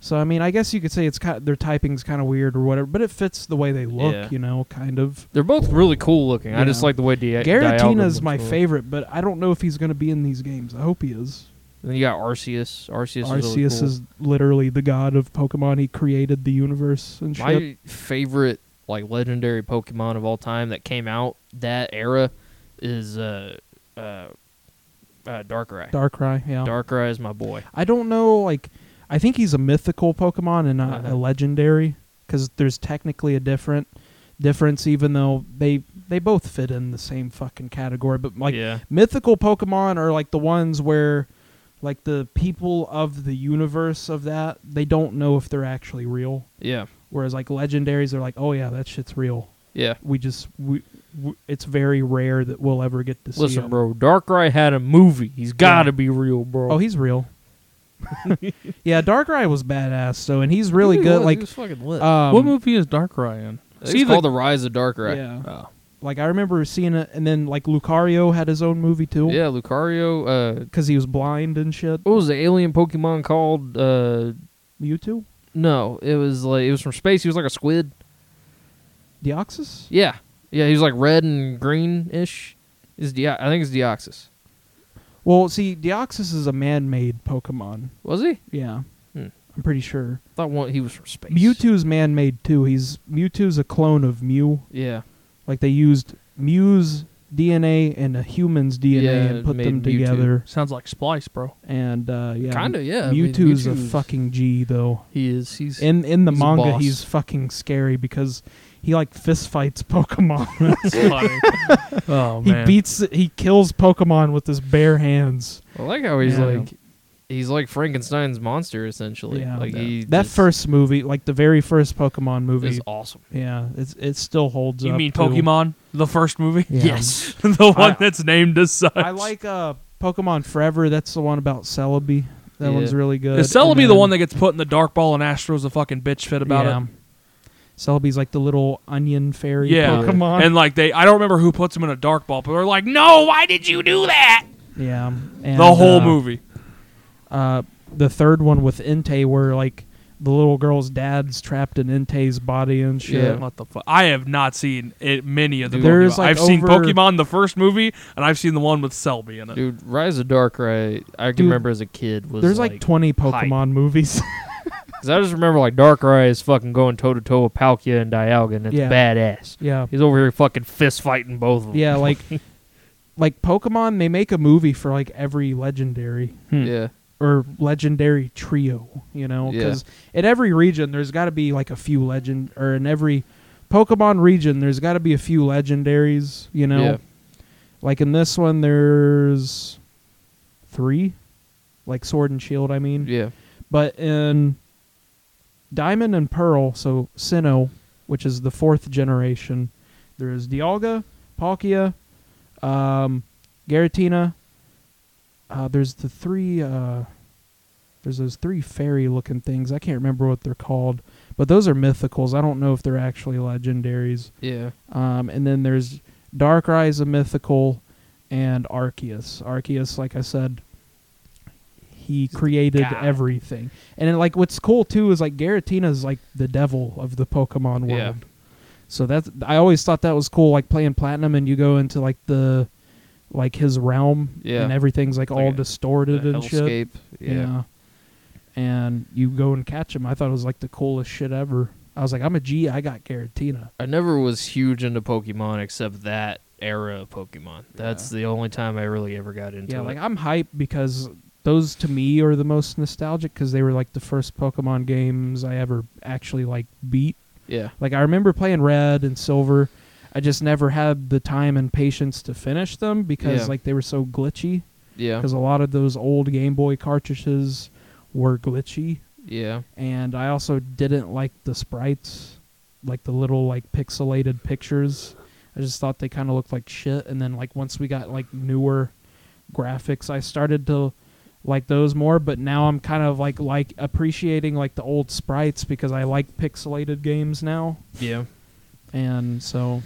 So I mean, I guess you could say it's kind their typing's kind of weird or whatever, but it fits the way they look, Yeah. you know, kind of. They're both really cool looking. I just Yeah. like the way Di- Garatina's Dialga my looks. favorite, but I don't know if he's going to be in these games. I hope he is. And then you got Arceus. Arceus, Arceus is, really is literally the god of Pokemon. He created the universe and cool. shit. my favorite like legendary Pokemon of all time that came out that era is uh uh, uh Darkrai. Darkrai, yeah. Darkrai is my boy. I don't know, like, I think he's a mythical Pokemon and not Uh-huh. a legendary, because there's technically a different difference, even though they they both fit in the same fucking category. But like, yeah. mythical Pokemon are like the ones where, like, the people of the universe of that they don't know if they're actually real. Yeah. Whereas like legendaries are like, oh yeah, that shit's real. Yeah. We just we, w it's very rare that we'll ever get to see. uh, Listen, him. bro, Darkrai had a movie. He's got to be real, bro. Oh, he's real. yeah, Darkrai was badass. So, and he's really good. Like, um, what movie is Darkrai in? It's See the- called The Rise of Darkrai. Yeah, Oh. like I remember seeing it, and then like Lucario had his own movie too. Yeah, Oh. Lucario. Uh, because he was blind and shit. what was the alien Pokemon called? Uh, Mewtwo, no, it was like it was from space. He was like a squid. Deoxys. Yeah, yeah, he was like red and green ish. Is Di- I think it's Deoxys. Well, see, Deoxys is a man-made Pokemon. Was he? Yeah, Hmm. I'm pretty sure. I thought one, he was from space. Mewtwo's man-made too. He's Mewtwo's a clone of Mew. Yeah, Like they used Mew's DNA and a human's DNA Yeah, and put made them Mewtwo. together. Sounds like Splice, bro. And uh, yeah, kind of. Yeah, I mean, Mewtwo's a fucking G though. He is. He's. in in the He's a manga boss. he's fucking scary because he like fist fights pokemon oh he beats he kills pokemon with his bare hands I like how he's Yeah. like. He's like Frankenstein's monster, essentially. yeah like that, he that just first movie like the very first pokemon is movie awesome. yeah it's it still holds You up mean to- Pokemon, the first movie? Yeah. Yes. the one I- that's named as such. i like uh pokemon forever that's the one about celebi that Yeah. one's really good Is Celebi And the then- one that gets put in the dark ball and Astro's a fucking bitch fit about yeah. it? celebi's like the little onion fairy Yeah. pokemon And like they, I don't remember who puts him in a dark ball, but they're like, no, why did you do that? yeah and, the whole uh, movie. uh, the third one with Entei, where like the little girl's dad's trapped in Entei's body and shit. What the fuck? I have not seen it, many of the. There's, Pokemon. like, I've seen over- Pokemon the first movie, and I've seen the one with Celebi in it. Dude, Rise of Darkrai, I can Dude, remember as a kid was There's like, 20 Pokemon hype. movies. Cause I just remember like Darkrai is fucking going toe to toe with Palkia and Dialga, and it's Yeah. badass. yeah, He's over here fucking fist fighting both of them. yeah, like hmm. like Pokemon. They make a movie for like every legendary Yeah. or legendary trio, you know, Yeah. because in every region there's got to be like a few legend, or in every Pokemon region there's got to be a few legendaries, you know. Yeah. Like in this one, there's three, like Sword and Shield. I mean, Yeah. But in Diamond and Pearl, so Sinnoh, which is the fourth generation, there is Dialga, Palkia, um, Garatina. Uh, there's the three. Uh, there's those three fairy-looking things. I can't remember what they're called, but those are mythicals. I don't know if they're actually legendaries. Yeah. Um, and then there's Darkrai is a mythical, and Arceus. Arceus, like I said, he created god. everything. And then, like what's cool too is like Garatina is like the devil of the Pokemon world. Yeah. So that's I always thought that was cool. Like playing Platinum, and you go into like the like his realm, Yeah. and everything's like, Like all a- distorted The and shit. Hellscape. Yeah. And you go and catch him. I thought it was like the coolest shit ever. I was like, I'm a G. I got Garatina. I never was huge into Pokemon except that era of Pokemon. That's the only time I really ever got into Yeah, it. like I'm hyped because those to me are the most nostalgic because they were like the first Pokemon games I ever actually like beat. yeah. Like I remember playing Red and Silver. I just never had the time and patience to finish them because Yeah. like they were so glitchy. Yeah. Because a lot of those old Game Boy cartridges were glitchy, Yeah. and I also didn't like the sprites, like the little like pixelated pictures. I just thought they kind of looked like shit. And then like once we got like newer graphics, I started to like those more. But now I'm kind of like like appreciating like the old sprites because I like pixelated games now. Yeah. And so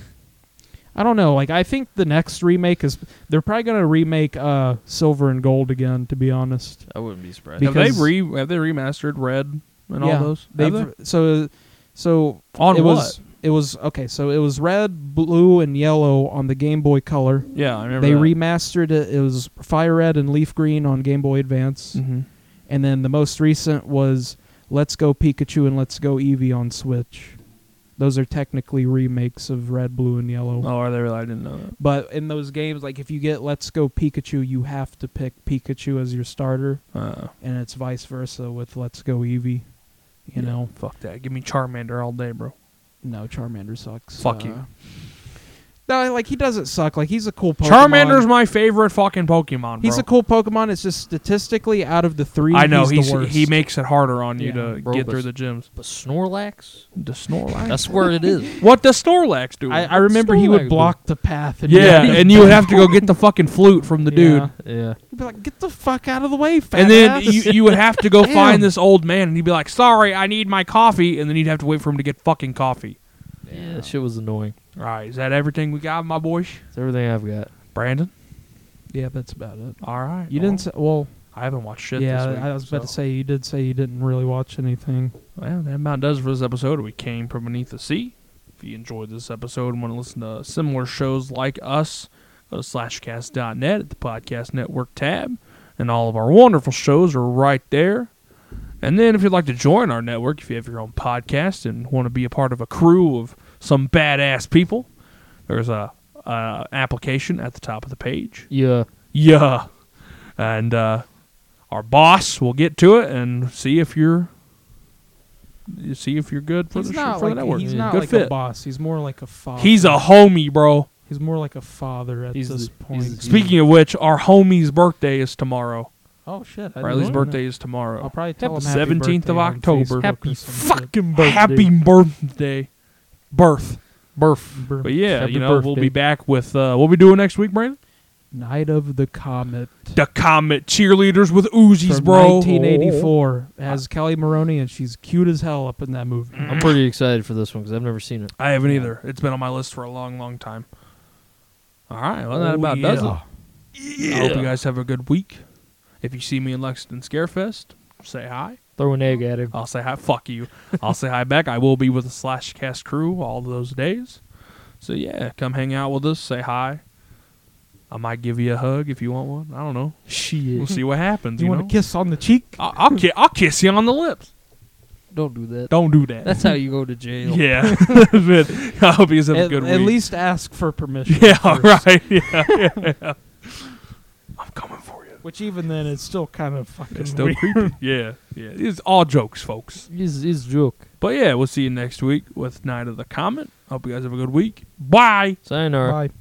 I don't know. Like I think the next remake is they're probably gonna remake uh Silver and Gold again. To be honest, I wouldn't be surprised. Because- have they re have they remastered Red and yeah, all those? Have They've so so On it what? was it was okay. So it was red, blue, and yellow on the Game Boy Color. Yeah, I remember They that. remastered it. It was fire red and leaf green on Game Boy Advance, Mhm. and then the most recent was Let's Go Pikachu and Let's Go Eevee on Switch. Those are technically remakes of red, blue, and yellow. Oh, are they really? I didn't know that. But in those games, like if you get Let's Go Pikachu, you have to pick Pikachu as your starter, Uh, and it's vice versa with Let's Go Eevee. You yeah, know, fuck that. Give me Charmander all day, bro. no, Charmander sucks. uh, Fuck you. No, like he doesn't suck. Like he's a cool Pokemon. Charmander's my favorite fucking Pokemon. Bro. he's a cool Pokemon. It's just statistically out of the three, I know he's, he's, the worst. he makes it harder on you Yeah. to Bro, get but- through the gyms. But Snorlax, The Snorlax. that's where it is. what does Snorlax do? I, I remember he Snorlax, would dude. block the path. And yeah, and you would have to go get the fucking flute from the dude. Yeah. Yeah, He'd be like, "Get the fuck out of the way, fat And then ass." you, you would have to go Damn. find this old man, and he'd be like, "Sorry, I need my coffee," and then you'd have to wait for him to get fucking coffee. yeah, that shit was annoying. All right, is that everything we got, my boy? It's everything I've got. Brandon. yeah, that's about it. All right. You didn't. Say, well, I haven't watched shit. yeah, this week, I was about to so- say you did say you didn't really watch anything. Well, that about does it for this episode. We came from beneath the sea. If you enjoyed this episode and want to listen to similar shows like us, go to slashcast.net at the podcast network tab, and all of our wonderful shows are right there. And then if you'd like to join our network, if you have your own podcast and want to be a part of a crew of some badass people, there's a, a application at the top of the page. Yeah, Yeah. And uh, our boss will get to it and see if you're see if you're good for He's the sh- not for like the a, network. he's Yeah. not good like fit. a boss. He's more like a father. He's a homie, bro. he's more like a father at He's this the- point. he's- Speaking of which, our homie's birthday is tomorrow. oh shit! I Riley's didn't know. birthday is I'll tomorrow. probably tell him happy Seventeenth of birthday on October. Facebook Happy or some shit. fucking birthday. Happy birthday. Birth. Birth. Bur- But yeah, Happy you know, we'll birthday. be back with uh what we doing next week, Brandon? Night of the Comet. The Comet cheerleaders with Uzis, from bro. Oh. 1984 has Kelly Maroney, and she's cute as hell up in that movie. Mm. I'm pretty excited for this one because I've never seen it. I haven't either. It's been on my list for a long, long time. All right, well that Oh, about does it. yeah. I hope you guys have a good week. If you see me in Lexington Scarefest, say hi. Throw an egg at him. I'll say hi. Fuck you. I'll say hi back. I will be with the Slashcast crew all those days. So yeah, come hang out with us. Say hi. I might give you a hug if you want one. I don't know. We'll Shit, see what happens. You, You, want know? Oh, to kiss on the cheek? I- I'll, ki- I'll kiss you on the lips. don't do that. Don't do that. That's how you go to jail. yeah. I hope you guys have a At, good at week. least ask for permission. Yeah. All first. right. Yeah. yeah, yeah. I'm coming for you. Which even then, it's still kind of fucking It's still weird. creepy. Yeah. Yeah. It's all jokes, folks. He's, he's a joke. But yeah, we'll see you next week with Night of the Comet. Hope you guys have a good week. Bye. Sayonara. Bye.